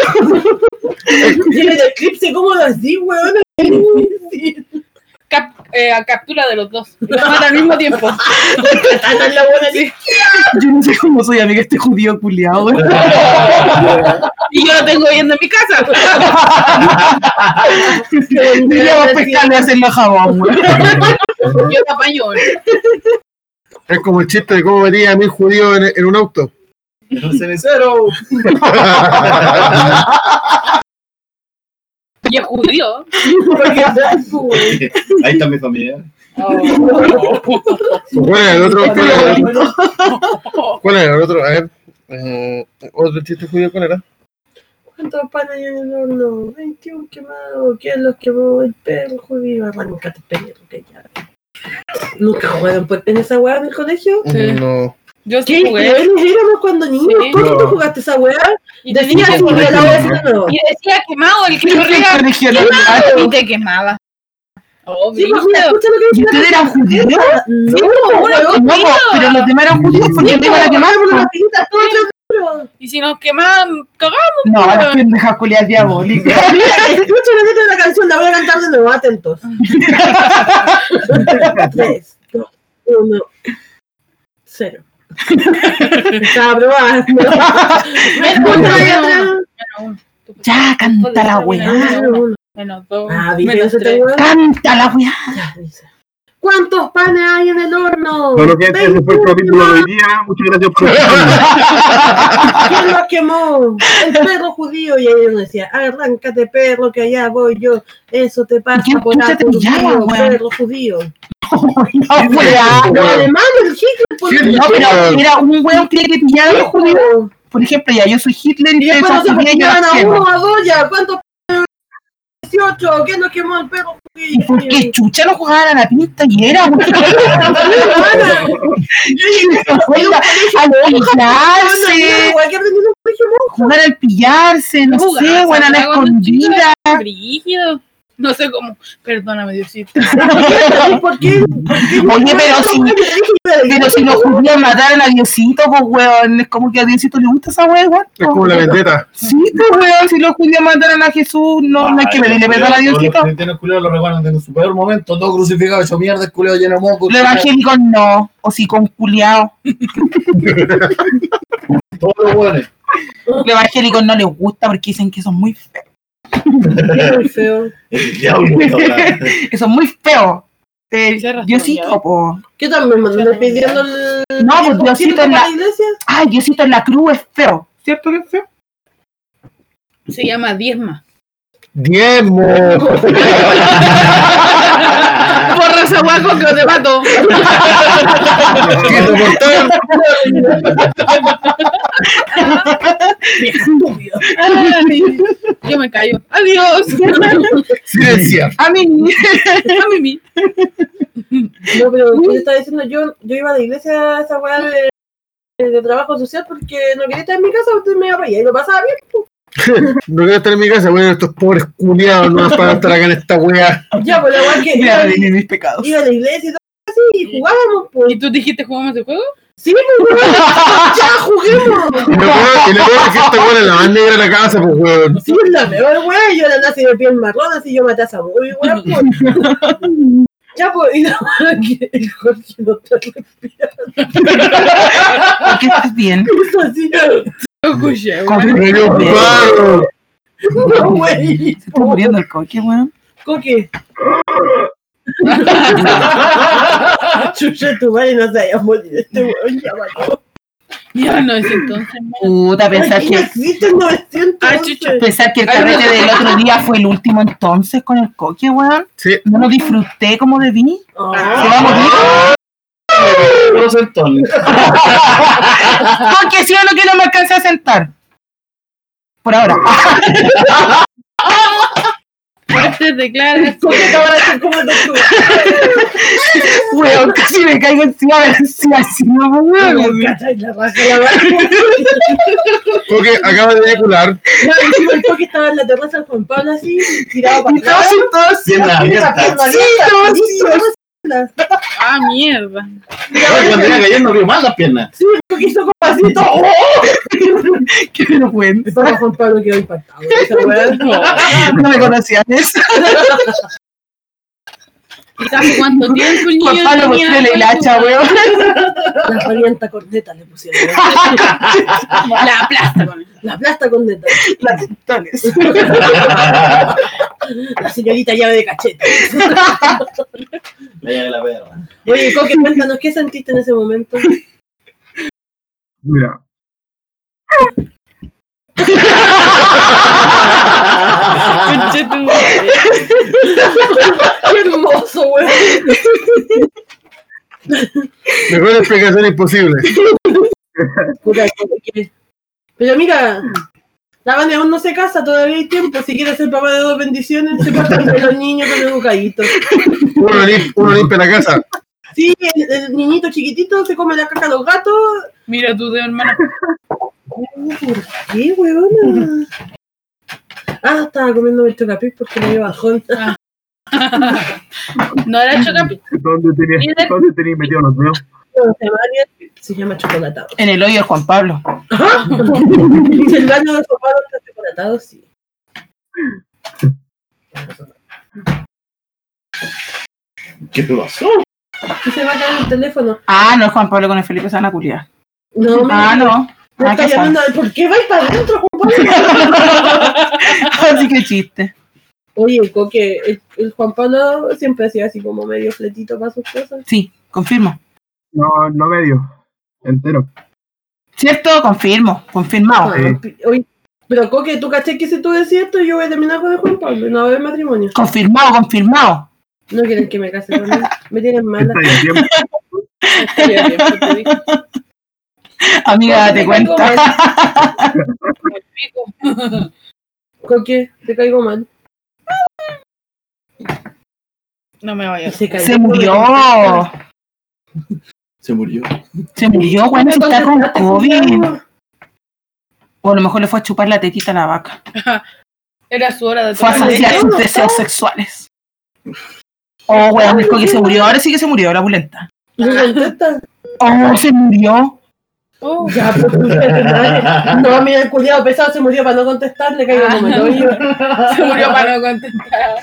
S1: Tiene el eclipse, ¿cómo lo así, weón? Sí,
S5: Cap- eh, a captura de los dos. Y la mata al mismo tiempo.
S1: Tata es la buena, sí.
S4: Yo no sé cómo soy amiga de este judío culiado, güey.
S5: Y yo lo tengo viendo en mi casa.
S4: Deberíamos pescarle y hacerlo jabón, güey.
S5: Yo te apaño. weón.
S2: Es como el chiste de cómo venía a mí judío en, en un auto.
S7: El cenicero.
S5: Y es judío.
S1: Porque es weón.
S7: Ahí está mi familia.
S2: ¿Cuál era el otro? ¿Cuál era el otro?
S5: Oh.
S2: ¿Cuál era el otro? A ver. eh, ¿Otro chiste judío cuál era?
S1: ¿Cuántos panes hay en el horno? 21 quemados. ¿Quién los quemó? El perro Ah, judío. Arranca tu perro, que ya. Nunca jugaron pues, en esa weá en el colegio.
S5: Sí.
S2: No.
S5: Yo sí
S1: ¿Qué
S5: jugué.
S1: crueles éramos cuando niños?
S5: Sí.
S1: ¿Por qué tú
S6: No.
S1: jugaste esa weá?
S5: Y
S1: De
S5: decía,
S1: día
S6: Sí,
S1: sin
S6: sí,
S1: la
S6: sí,
S1: voy a
S6: sí.
S1: decir no.
S5: y decía quemado el que
S4: Yo soy
S5: corría.
S4: colegiala.
S5: Y te quemaba. Oh,
S1: Sí, pues,
S5: brillo.
S1: mira, escucha lo que
S4: ¿Y
S1: dice
S4: ustedes eran judíos? pues,
S1: la- No,
S4: No,
S1: weón.
S4: po, pero los demás eran judíos porque me iban a quemar.
S1: Árbol,
S4: po.
S1: las pinitas, todo el otro.
S5: Y si nos quemaban, cagamos.
S4: No, las pendejas culiadas diabólicas.
S1: Escucha la letra de la canción, la voy a cantar de nuevo, atentos. Tres, dos, uno, cero. Estaba probando.
S5: Menos uno, menos
S1: Uno,
S5: uno.
S4: Ya, canta la weá.
S1: cero, Ah, uno.
S5: Menos dos.
S1: Ah, ¿viste
S5: menos
S1: ese
S5: tres.
S1: tema?
S4: Canta la weá.
S1: Ya, dice. ¿Cuántos panes hay en el horno?
S6: Bueno, gente, ese fue el
S1: 21.
S6: capítulo de hoy día. Muchas gracias por escucharnos.
S1: ¿Quién los quemó? El perro judío. Y ellos decían, arráncate perro, que allá voy yo. Eso te pasa
S4: ¿Quién
S1: por
S4: chucha te
S1: algo,
S4: llama,
S1: judío,
S4: weón?
S1: perro judío.
S4: No, Oh, weá.
S1: Los alemanes, el Hitler, por
S2: ¿Quién
S4: No,
S1: ejemplo.
S4: pero mira, un weón tiene que pillar a los judíos. Por ejemplo, ya yo soy Hitler
S1: Y
S4: y ustedes
S1: después
S4: son
S1: se
S4: judíos, yo
S1: pusieron
S4: los
S1: a
S4: quemo.
S1: uno, a dos, ya. ¿Cuántos panes? 18. ¿Quién los quemó? El perro
S4: ¿Y por qué
S1: judío.
S4: chucha no jugaban a la pinta y era, weón?
S1: Hermana,
S4: A alejarse,
S1: igual que aprendí en un colegio
S4: jugar al pillarse, no
S5: Jugar,
S4: sé, weón, a la
S5: Santiago, no, chica.
S4: escondida.
S5: Brígido. No sé cómo. Perdóname, Diosito.
S1: monja. ¿Por qué?
S4: mm, Oye, pero si, pero si los judíos mataran a Diosito, pues weón, es como que a Diosito le gusta esa weá, weón.
S2: Es como la vendetta.
S4: Sí, pues weón, si los judíos mataran a Jesús, no, no hay que pedirle perdón a Diosito.
S7: Los cristianos culiados lo recuerdan en su peor momento, todo crucificado, hecho mierda, el culiado lleno de moco.
S4: Los evangélicos no, o si con culiao.
S7: Todos los hueones.
S4: Los evangélicos no les gusta porque dicen que son muy feos.
S7: El diablo, cabrón.
S4: Que son muy feos. Eh,
S5: Tienes razón,
S4: Diosito,
S5: ya.
S4: po.
S1: ¿Qué también me andan pidiendo el...
S4: No, pues Diosito
S1: en
S4: en la,
S1: la iglesia?
S4: ay, Diosito en la cruz es feo. ¿Cierto que es feo?
S5: Se llama Diezma.
S2: Diezmo.
S5: Porra esa guaco que te mato.
S2: Quito mortal.
S5: Ay, Yo me callo. Adiós.
S2: Silencia.
S4: A mí,
S5: A mí mi.
S1: No, pero
S4: ¿Mm?
S1: yo estaba diciendo, yo, yo iba a la iglesia a esa weá de, de trabajo social porque no quería estar en mi casa, usted me iba para allá y lo pasaba bien.
S2: No quiero estar en mi casa, bueno, estos pobres culiados no van a estar acá en esta wea.
S1: Ya, pues la weá que
S4: mira,
S1: iba,
S4: de mis pecados.
S1: iba a la iglesia y todo así, y jugábamos, pues.
S5: ¿Y tú dijiste jugamos el juego?
S1: Sí, pues weón, ya juguemos.
S2: Y lo peor y lo peor es que esta wea es la más negra de la casa, pues weón.
S1: Sí, es la peor weá, yo la nací de piel marrón, así yo maté a esa weá, weá, pues. Ya, pues, y la weá que el Jorge no está
S4: ¿Por qué estás bien?
S1: Eso así,
S5: Yo escuché,
S4: Con-
S5: weón.
S2: Me dio paro.
S1: no, wey.
S4: Se está muriendo el coche, weón.
S1: Coque. Chucha, tu madre no se haya morido este weón ya mató.
S5: Ya no es entonces.
S4: Puta, pensar
S1: Aquí no
S4: que,
S1: existen 900.
S5: Ah, chucha.
S4: pensar que el carrete del otro día fue el último entonces con el coche, weón.
S2: Sí.
S4: No lo disfruté como debí.
S1: Ah,
S4: Se va a morir.
S7: Los entones.
S4: Porque si no, que no me alcancé a sentar. Por ahora.
S5: Fuertes declaraciones.
S1: Coque acaba de hacer como tú.
S4: Weón, casi me caigo encima de la así, no, weón.
S1: Cachai, la raja, la raja.
S2: Porque acaba de eyacular.
S1: No, encima el Coque estaba en la terraza del Juan Pablo así, tirado para
S4: Y todos,
S1: atrás.
S4: y todos,
S7: Tienda
S1: la
S7: abierta.
S1: pierna
S4: todos,
S1: abierta.
S5: Ah, mierda.
S7: Ay, Cuando iba cayendo, vio mal las piernas.
S1: Sí, el Coque hizo como así todo.
S4: Oh, qué vergüenza.
S1: Pero Juan Pablo quedó impactado. Esa weá.
S4: No me conocían eso.
S5: ¿Y sabes cuánto tiempo el niño
S4: Juan Pablo
S5: tenía?
S4: mostrele el hacha, weón.
S1: La parienta corneta le pusieron.
S5: La aplasta con él.
S1: La plasta corneta.
S4: Las pistolas.
S7: La
S1: La señorita llave de cachete.
S7: llave de la perra.
S1: Oye, Coque, cuéntanos, ¿qué sentiste en ese momento?
S6: Mira,
S5: Conche tu madre.
S1: ¡Qué hermoso, weón!
S2: Mejor explicación imposible.
S1: Puta, que- Pero mira, la banda aún no se casa, todavía hay tiempo. Si quieres ser papá de dos bendiciones, se pasa con los niños con educaditos.
S2: Uno, lim- uno limpia la casa.
S1: Sí, el, el niñito chiquitito se come la caca a los gatos.
S5: Mira tu dedo, hermano.
S1: ¿Por qué, weón? Ah, estaba comiendo el chocapic porque me dio bajón.
S5: No era chocapi.
S6: ¿dónde tenías dónde tenía metido los dedos?
S1: Se llama- Se llama chocolatado.
S4: En el hoyo de Juan Pablo. Ah.
S1: Dice el baño de papá está chocolatado, sí.
S7: ¿Qué te pasó?
S1: Y se va a caer el teléfono.
S4: Ah, no, Juan Pablo con el Felipe se van a culiar.
S1: No, me
S4: Ah, no.
S1: me
S4: Ah,
S1: está
S4: qué
S1: llamando. ¿Por qué vais para adentro, Juan Pablo?
S4: sad. Así que chiste.
S1: Oye, Coque, el, el Juan Pablo siempre hacía así como medio fletito para sus cosas.
S4: Sí, confirmo.
S6: No, no medio. Entero.
S4: ¿Cierto? Confirmo. Confirmado.
S6: Sí.
S1: Ah, Oye, pero Coque, tú caché que si tú decís esto, yo voy a terminar con el Juan Pablo. y No va a haber matrimonio.
S4: Confirmado, confirmado.
S1: No quieren que me case con él. Me tienen mala.
S6: Está ahí a tiempo.
S1: Estoy bien, te dije.
S4: Amiga, date cuenta.
S1: Coque, te caigo mal.
S5: No me
S1: Y
S5: vayas.
S1: se cayó.
S4: Se murió.
S7: Se murió.
S4: Se murió,
S1: Me
S4: bueno, si está con
S1: contagiaste,
S4: COVID.
S1: Juan Pablo.
S4: O a lo mejor le fue a chupar la tetita a la vaca.
S5: Era su hora de
S4: Fue a
S5: tomar
S4: saciar
S5: leche.
S4: sus deseos sexuales. Oh, weón, dijo que se murió. Ahora sí que se murió, la bulenta.
S1: ¿Me contestas?
S4: Oh, se murió.
S5: Oh,
S1: Ya, pues, puta tu madre. No, mira, el culiado pesado se murió para no contestarle, caigo como
S4: Ah.
S1: el hoyo.
S5: se murió para no contestar.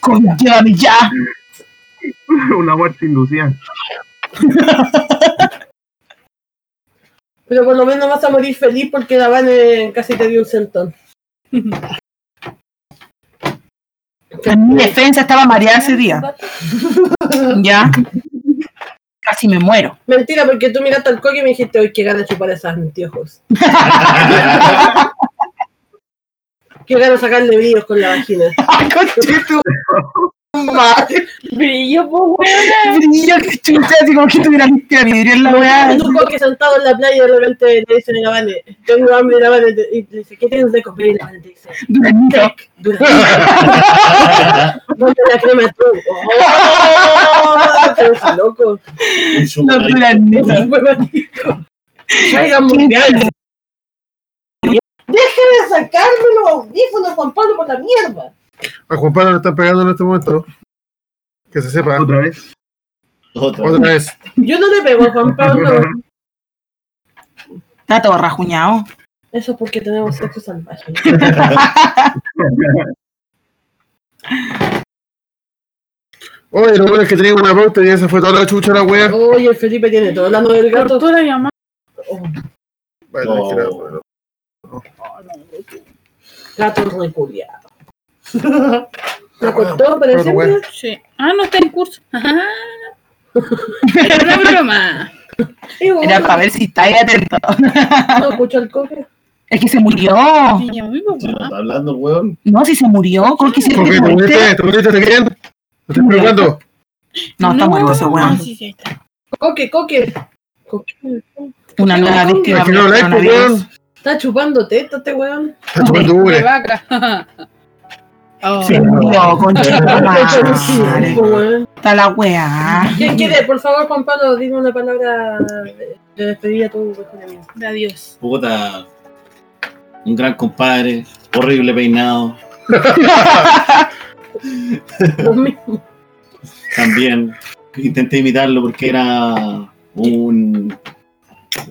S4: Coño, llévame ya.
S6: Una muerte inducida.
S1: Pero por lo menos vas a morir feliz porque la van casi te dio un centón.
S4: En mi defensa estaba mareada ese día. Ya. Casi me muero.
S1: Mentira, porque tú miraste al coque y me dijiste, hoy qué ganas de chupar esas anteojos. qué ganas de sacarle brillos con la vagina.
S4: Ay, conche tu madre.
S5: Brillo, po,
S4: Brillo, qué chucha, así como que tuviera limpia vidrio en la weá.
S1: Y un coque sentado en la playa de repente le dicen a la Vane, tengo hambre la Vane, te- y le dice, ¿qué tienes de comer? Y la Vane te dice,
S4: Duranito.
S1: tec, durante la crema tú. Oh, pero es loco.
S7: Y su
S4: Los
S7: marido.
S4: duranitos.
S1: Huevadito. Traigan mundial. Déjeme sacarme los audífonos, Juan Pablo, por la mierda.
S2: A Juan Pablo le están pegando en este momento. Que se sepa.
S6: Otra vez.
S7: Otra.
S2: Otra vez.
S1: Yo no le pego a Juan Pablo.
S4: Está todo rajuñado.
S1: Eso es porque tenemos sexo salvaje.
S2: Oye, lo bueno es que tenía una pauta y esa fue toda la chucha la wea.
S1: Oye, Felipe tiene todo la novela del gato. Oh,
S5: Tortura y amar.
S2: Vale,
S7: No.
S2: es que era, bueno.
S1: Gato reculeado. La cortó para
S2: Pero
S1: siempre.
S2: bueno.
S5: Sí. Ah, no está en curso. Ajá. Era una broma.
S1: Y bueno,
S4: Era para ver si estáis atento.
S1: No escuchó el coque.
S4: Es que se murió.
S5: Y yo, mi papá.
S7: Si no está hablando, weón.
S4: No, si se murió. ¿Con qué se
S2: ¿Por qué te
S4: murió?
S2: moriste? ¿Te moriste de quién? ¿Te estás preguntando?
S4: No, está muerto ese
S5: Ah,
S4: weón.
S5: sí, sí, ahí está.
S1: Coque, coque. Coque.
S4: Una nueva víctima
S2: ¿Por qué no
S4: del
S2: habláis, po,
S4: coronavirus.
S2: pues, weón?
S1: Está chupando teta este weón.
S2: Está chupando
S5: De
S2: dure.
S5: vaca. Oh.
S4: Se murió, concha tu madre.
S1: Pues, weón.
S4: Está la weá.
S1: ¿Quién quiere? Por favor, Juan Pablo, dime una palabra de de despedida a tu mejor amigo.
S5: De adiós.
S7: Puta. Un gran compadre. Horrible peinado.
S1: Los mismos.
S7: También. Intenté imitarlo porque era un.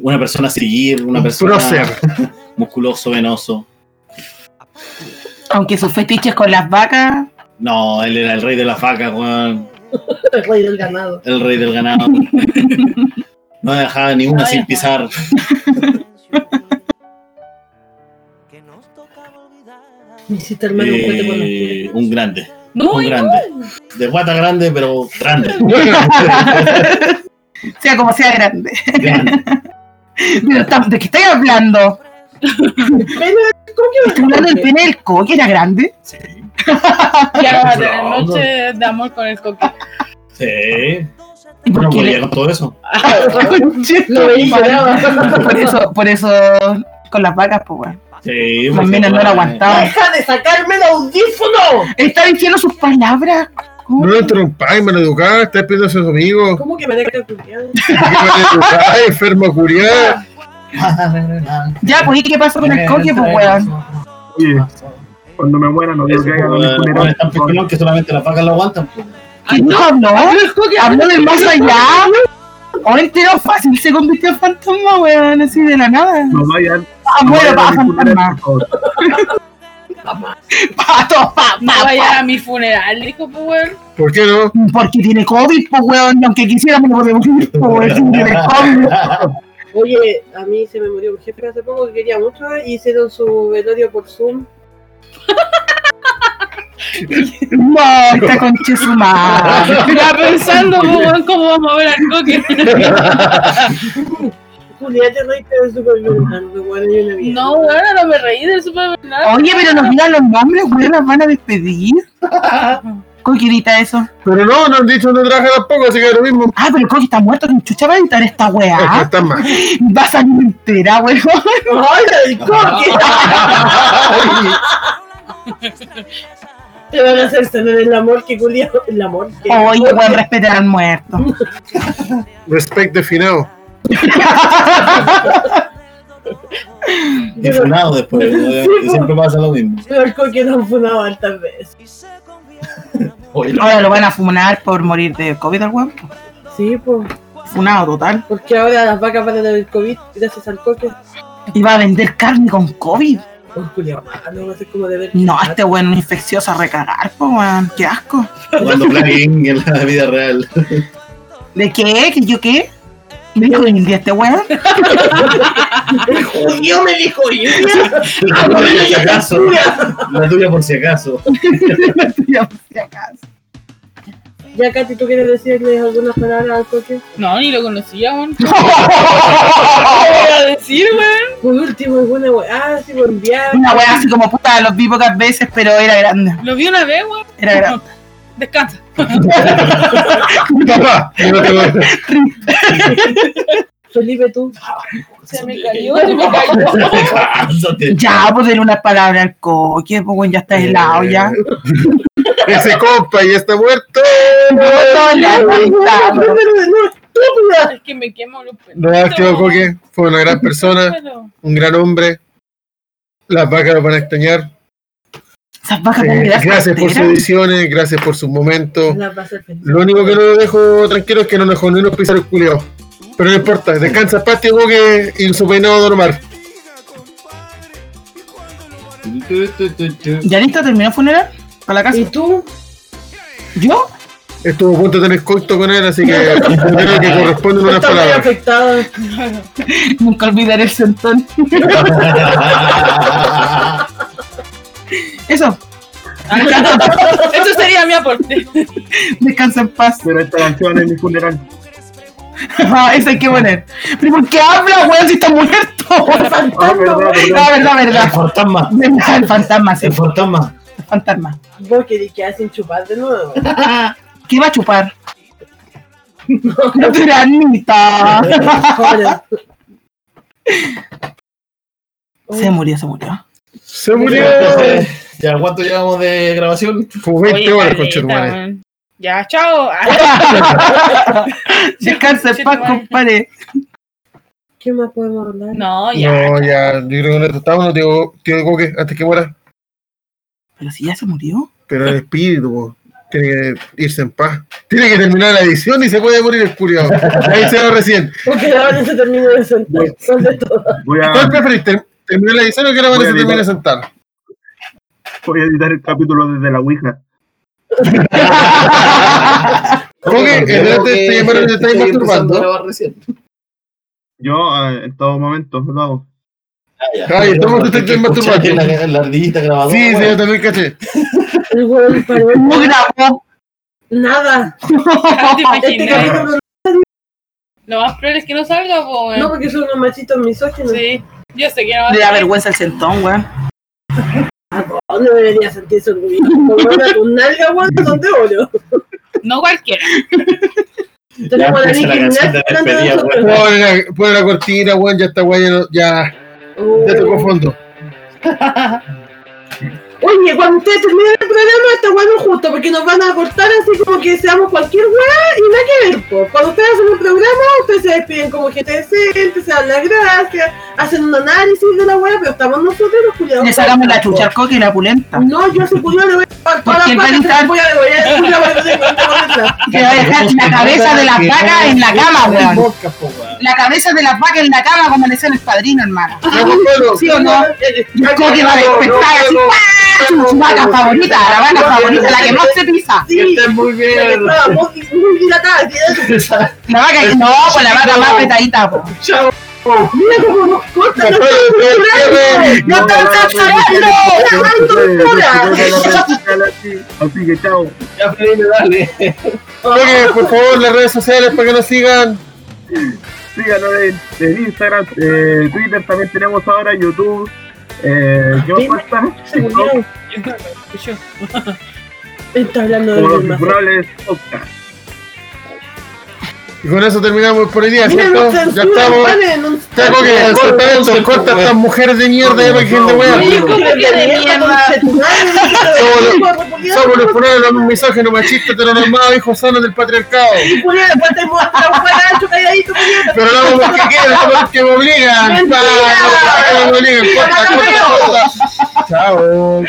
S7: Una persona a seguir, una persona
S2: Prócer.
S7: musculoso, venoso.
S4: Aunque sus fetiches con las vacas.
S7: No, él era el rey de la faca, weón.
S1: El rey del ganado.
S7: El rey del ganado. No dejaba ni una sin pisar.
S1: Me hiciste hermano un cuete con los
S7: Eh, un grande.
S5: No,
S7: Un
S5: y
S7: grande. De guata grande, pero grande.
S4: Sea como sea grande.
S7: grande.
S4: Pero tam- ¿De qué estáis hablando? Estoy hablando del pene del coque, era grande.
S7: Sí.
S5: ya va a tener noche de amor con el coque.
S7: Sí.
S4: ¿Y por
S7: No
S4: qué
S7: podía
S4: le-
S7: con todo eso.
S4: Conche tu
S1: Lo veía y lloraba.
S4: madre. Por eso, por eso, con las vacas, pues weón.
S7: Sí.
S4: Las
S7: porque,
S4: minas no la
S7: weón,
S4: aguantaban.
S1: ¡Deja de sacarme el audífono!
S4: Está diciendo sus palabras.
S2: No
S4: coño.
S2: lo trompáis, maleducada. Estás pidiendo a sus amigos.
S1: ¿Cómo que me deja culiado?
S2: ¿Qué maleducada, enfermo curiado.
S4: Ya, pues, ¿y qué pasó con el coque, pues weón?
S6: Oye, cuando me muera no quiero que
S7: Ese,
S6: hagan un
S7: weón, weón,
S6: funeral.
S7: es tan pequeño que solamente las vacas lo aguantan.
S4: ¿Qué no habló? ¿eh? ¿Habló del más allá? O entero fácil, se convirtió en fantasma, weón, así de la nada.
S6: No vayan,
S4: Ah,
S6: no
S4: bueno,
S6: vayan a
S4: para
S6: mi funeral,
S4: fantasma.
S6: por favor.
S8: Pato, pa,
S5: No vaya a mi funeral, dijo, pues, weón.
S2: ¿Por qué no?
S4: Porque tiene COVID, pues, weón. Aunque quisiéramos, no podemos ir, pues, weón. si Tiene COVID.
S1: Oye, a mí se me murió un jefe hace poco que quería mucho y hicieron su velorio por Zoom.
S4: No, está conche su madre.
S5: Ya pensando, pues, weón, cómo vamos a ver al coque.
S1: Julián, te reíste del Superman, me guardé una mierda.
S5: No, weón, no me reí del Superman.
S4: Oye, pero nos digan los nombres, weón. Las van a despedir. Coquirita eso.
S2: Pero no, no han dicho dónde trabaja tampoco, así que lo mismo.
S4: Ah, pero el Coqui está muerto. ¿Quién chucha va a editar esta
S2: Ah,
S4: weá?
S2: Está mal.
S4: Va a salir entera, weón.
S1: Te van a hacer sanar el amor que Julián. El amor que.
S4: Oye, weón, respetar al muerto.
S2: Respect de finado.
S3: Y funado después, ¿no? siempre pasa lo mismo.
S1: Peor coque no han funado altas veces.
S3: Oye, lo-
S4: Ahora lo van a funar por morir de COVID al weón.
S1: Sí, pues.
S4: Funado total.
S1: Porque ahora las vacas van a tener COVID gracias al coque.
S4: Y va a vender carne con COVID.
S1: Por Julián, ah, no va a ser como de ver.
S4: No, este weón es infeccioso a recagar, po, weón. Qué asco.
S3: jugando plugin en la vida real.
S4: ¿De qué? ¿Que yo qué? Me dijo India este weón.
S1: Yo me dijo yo.
S3: La tuya por si acaso. La tuya por si acaso.
S4: Ya, por si acaso.
S1: Ya, Katy, ¿tú quieres decirle algunas palabras al coque?
S5: No, ni lo conocía, weón. ¿Qué voy a decir, weón?
S1: Por último, alguna Ah, weá, si por enviar.
S4: Una weá así como puta, los vi pocas veces, pero era grande.
S5: Lo vi una vez, weón.
S4: Era grande.
S5: Descansa.
S2: Papá, no te voy a-
S1: Felipe, tú.
S5: Se me cayó, se me cayó.
S3: Cásate.
S4: Ya, pues denle unas palabras al coque, pues weón, ya está helado ya.
S2: Ese compa ya está muerto.
S4: No, no, no, no, no, no.
S5: Es que me quemo los pelos.
S2: No, tío Coque fue una gran persona, un gran hombre. Las vacas lo van a extrañar.
S4: Esas vacas
S2: Eh,
S4: van a quedar
S2: gracias por sus
S4: solteras.
S2: ediciones, gracias por sus momentos.
S1: Las va a hacer feliz.
S2: Lo único que no dejo tranquilo es que no nos dejó ni unos pisaros culiados. Pero no importa, descansa Patio Coque y su peinado normal.
S4: ¿Ya listo? ¿Terminó el funeral? ¿Para la casa?
S1: ¿Y tú?
S4: ¿Yo?
S2: Estuvo a punto de tener coito con él, así que yo creo que corresponden unas
S1: Estás muy
S2: palabras.
S1: afectado.
S4: Nunca olvidaré el sentón. Eso, Ah,
S5: Eso sería mi aporte.
S4: descansa en paz.
S6: Pero esta canción es mi funeral.
S4: Ah, eso hay que poner. Pero ¿por qué habla, weón, si está muerto?
S6: Ah, verdad,
S4: La
S6: verdad.
S4: verdad,
S3: El
S4: verdad.
S3: fantasma.
S4: Verdad, El fantasma, sí,
S3: El fantasma.
S4: el fantasma.
S1: Vos querés que hacen chupar de nuevo.
S4: ¿Qué va a chupar? Granita.
S1: Ahora. Oh,
S4: Se murió, se murió.
S2: Se murió.
S3: Ya, ¿cuánto llevamos de grabación?
S2: Fue 20 horas,
S5: Oye, caleta,
S2: conchetumare.
S5: weón. Ya, chao. Ah,
S4: Descansa en paz, compadre.
S1: ¿Qué más podemos hablar?
S5: No, ya.
S2: No, ya, yo creo que no tratamos, tío, tío Coque, antes que muera.
S4: Pero si ya se murió.
S2: Pero el espíritu, po, tiene que irse en paz. Tiene que terminar la edición y se puede morir el culiado. Ahí se va recién.
S1: Porque ahora se termina de sentar. Son de todo.
S6: Voy a,
S2: ¿Cuál preferís? ter- ¿Terminar la edición o que la
S6: Voy a
S2: se termine
S6: editar.
S2: de sentar?
S6: voy a editar el capítulo desde la Ouija.
S2: Coque,
S3: Creo
S2: espérate, te llamaron y te estáis
S3: estoy empezando a
S2: masturbando.
S3: grabar recién.
S6: Yo eh, en todo momento lo hago.
S2: Ay, ¿cómo te estás masturbando?
S3: Escuchaste La, la ardillita grabadora.
S2: Sí, sí,
S3: weón.
S2: yo también caché.
S1: El hueón paró.
S4: No grabó.
S1: Nada.
S5: Ya te
S1: Este
S5: imaginas.
S1: capítulo no-
S5: Lo más probable es que no pues, salga, po, weón.
S1: no, porque son unos machitos misóginos.
S5: Sí. Yo sé que no va a
S4: Le da
S5: salir.
S4: vergüenza el sentón, weón.
S1: No debería sentirse orgulloso. Bueno, tu nalga, weón, son de oro.
S5: No cualquiera.
S1: Tenemos la
S3: empieza la
S1: Nicki Minaj
S3: canción de
S1: delante de
S3: despedida,
S1: nosotros.
S2: Pon la, pon la cortina, weón, ya está guay, ya, no- ya, ya tocó fondo.
S1: Oye, cuando ustedes terminen el programa, está bueno justo, porque nos van a cortar así como que seamos cualquier weá y nada que ver. po. Cuando ustedes hacen un programa, ustedes se despiden como gente decente, se dan las gracias, hacen un análisis de la weá, pero estamos nosotros los culiados.
S4: Le sacamos la chucha al coque y la pulenta.
S1: No, yo a ese culiado le voy a pagar todas
S4: Porque
S1: las
S4: el
S1: patas,
S4: Benny
S1: le voy a devolver el culiao para que no se encuentre con otra.
S4: Que va a dejar la cabeza de las vacas en la cama, weón. La cabeza de las vacas en la cama, como le decían el padrino, hermano. ¿Sí o no? Y el coque va a despertar así, ¡pah! su vaca favorita, la vaca favorita, la que más se pisa.
S1: Sí,
S7: muy
S1: la que estaba muy- muy dilatada, que era-
S4: La vaca que no, pues la vaca más apretadita, po.
S1: Mira cómo nos cortan los
S4: ¡No están censurando!
S6: Así que chao.
S3: Ya, Felipe, dale.
S2: Oye, por favor, las redes sociales para que nos sigan.
S6: Síganos en, en Instagram, eh, Twitter también tenemos ahora, YouTube. Eh, ¿Qué más falta? TikTok,
S1: culiao. Está hablando de
S6: como los
S1: mí más.
S6: figurales, podcast.
S2: Y con eso terminamos por el día,
S1: Mira,
S2: ¿cierto?
S1: nos
S2: Ya
S1: censuran,
S2: estamos.
S1: vale, nos-
S2: Ya, coque, corta esto, corta estas mujeres de mierda de imagen de
S1: Oye,
S2: weá.
S1: como que de mierda,
S2: Somos
S1: Somos
S2: Somos los funerales de los misógenos, machistas, heteronormados, hijos sanos del patriarcado.
S1: Julián, después te muestra un paracho calladito, Julián.
S2: Pero no porque quieren, no porque me obligan.
S1: Mentira.
S2: Pa, no porque me obligan. Corta, corta, corta. Chao.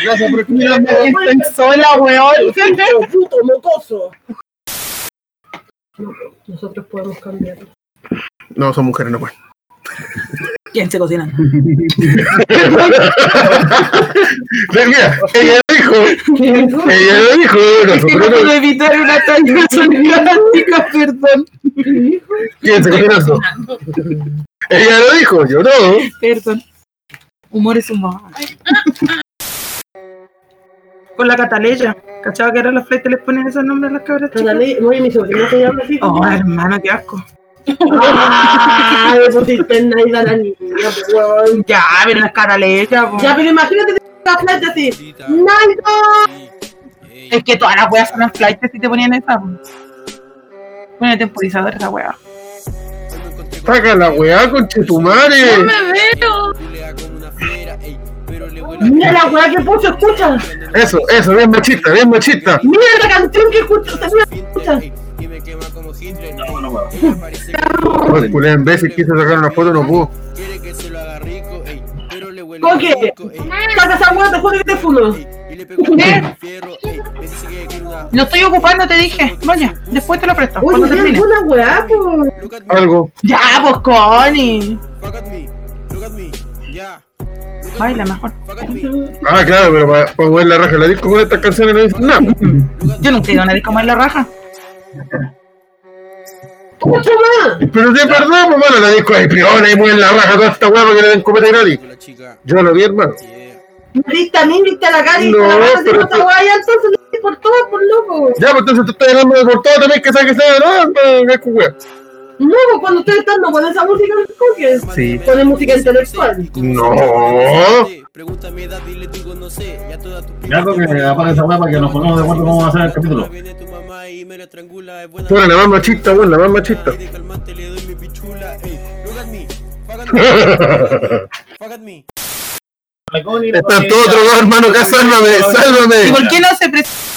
S2: Gracias por escucharme.
S4: Estoy sola, weón.
S1: puto mocoso. Nosotros podemos cambiarlo.
S2: No, son mujeres, no pueden.
S4: ¿Quién se cocina?
S2: Mira, ella lo dijo.
S1: Pues
S2: Ella lo dijo. Nosotros no.
S4: evitar una talla sonidástica, perdón.
S2: ¿Quién se conoce eso? Ella lo dijo, yo no.
S4: Perdón. Humor es humor. Con la cataleya. ¿Cachaba que ahora los flights les ponen esos nombres a las cabras
S1: Pero
S4: chicas?
S1: dale, oye, mi sobrino se llama así.
S4: Oh, hermano, qué asco.
S1: Ah, eso sí, ten ahí da la niña, pues, weón.
S4: Ya, pero las cataleyas, po.
S1: Ya, pero imagínate que la playa así. ¡Nalga!
S4: Es que todas las weas son flights si te ponían esa. po. Bueno, el temporizador esa wea.
S2: Saca la weá con
S5: ¡No
S2: chetumare.
S5: me veo!
S1: Mira la weá que puso, escucha.
S2: Eso, eso, bien machista, bien machista.
S1: Mira la canción que escucha. o sea, mira, escucha.
S2: El culé imbécil quiso sacar una foto, no pudo.
S1: Coque, saca esa weá, te juro que te funo.
S4: Lo estoy ocupando, te dije. Vaya, después te lo presto.
S1: Oye,
S4: cuando
S1: mira,
S4: termine.
S1: alguna weá, pues.
S2: Algo.
S4: Ya, pues, Connie. Baila mejor.
S2: Ah, claro, pero para mover la raja de la disco con estas canciones no dicen nada.
S4: Yo nunca he ido a nadie comer la raja.
S1: ¡Escucha, weá!
S2: Pero de verdad, pues bueno, la disco ahí, priona y mueven la raja toda esta weá para que le den copete gratis. Yo lo vi, hermano.
S1: Grita a mí, grita a la cara, grita
S2: No,
S1: a la cara, si
S2: pero
S1: no esta weá, ya entonces le por todo, por loco.
S2: Ya, pues entonces tú estás hablando de por todo también que saques esa no, no, con weá.
S1: No, pues, cuando ustedes están no ponen esa música, coque.
S2: Sí.
S1: Ponen música intelectual.
S2: No.
S3: Ya, creo que apaga esa weá para que nos pongamos de acuerdo cómo va a ser el capítulo.
S2: Tú eres la más machista, weón, la más machista. Estás todo drogado, hermano, acá, sálvame,
S4: ¿Y por
S2: sálvame.
S4: qué no se presenta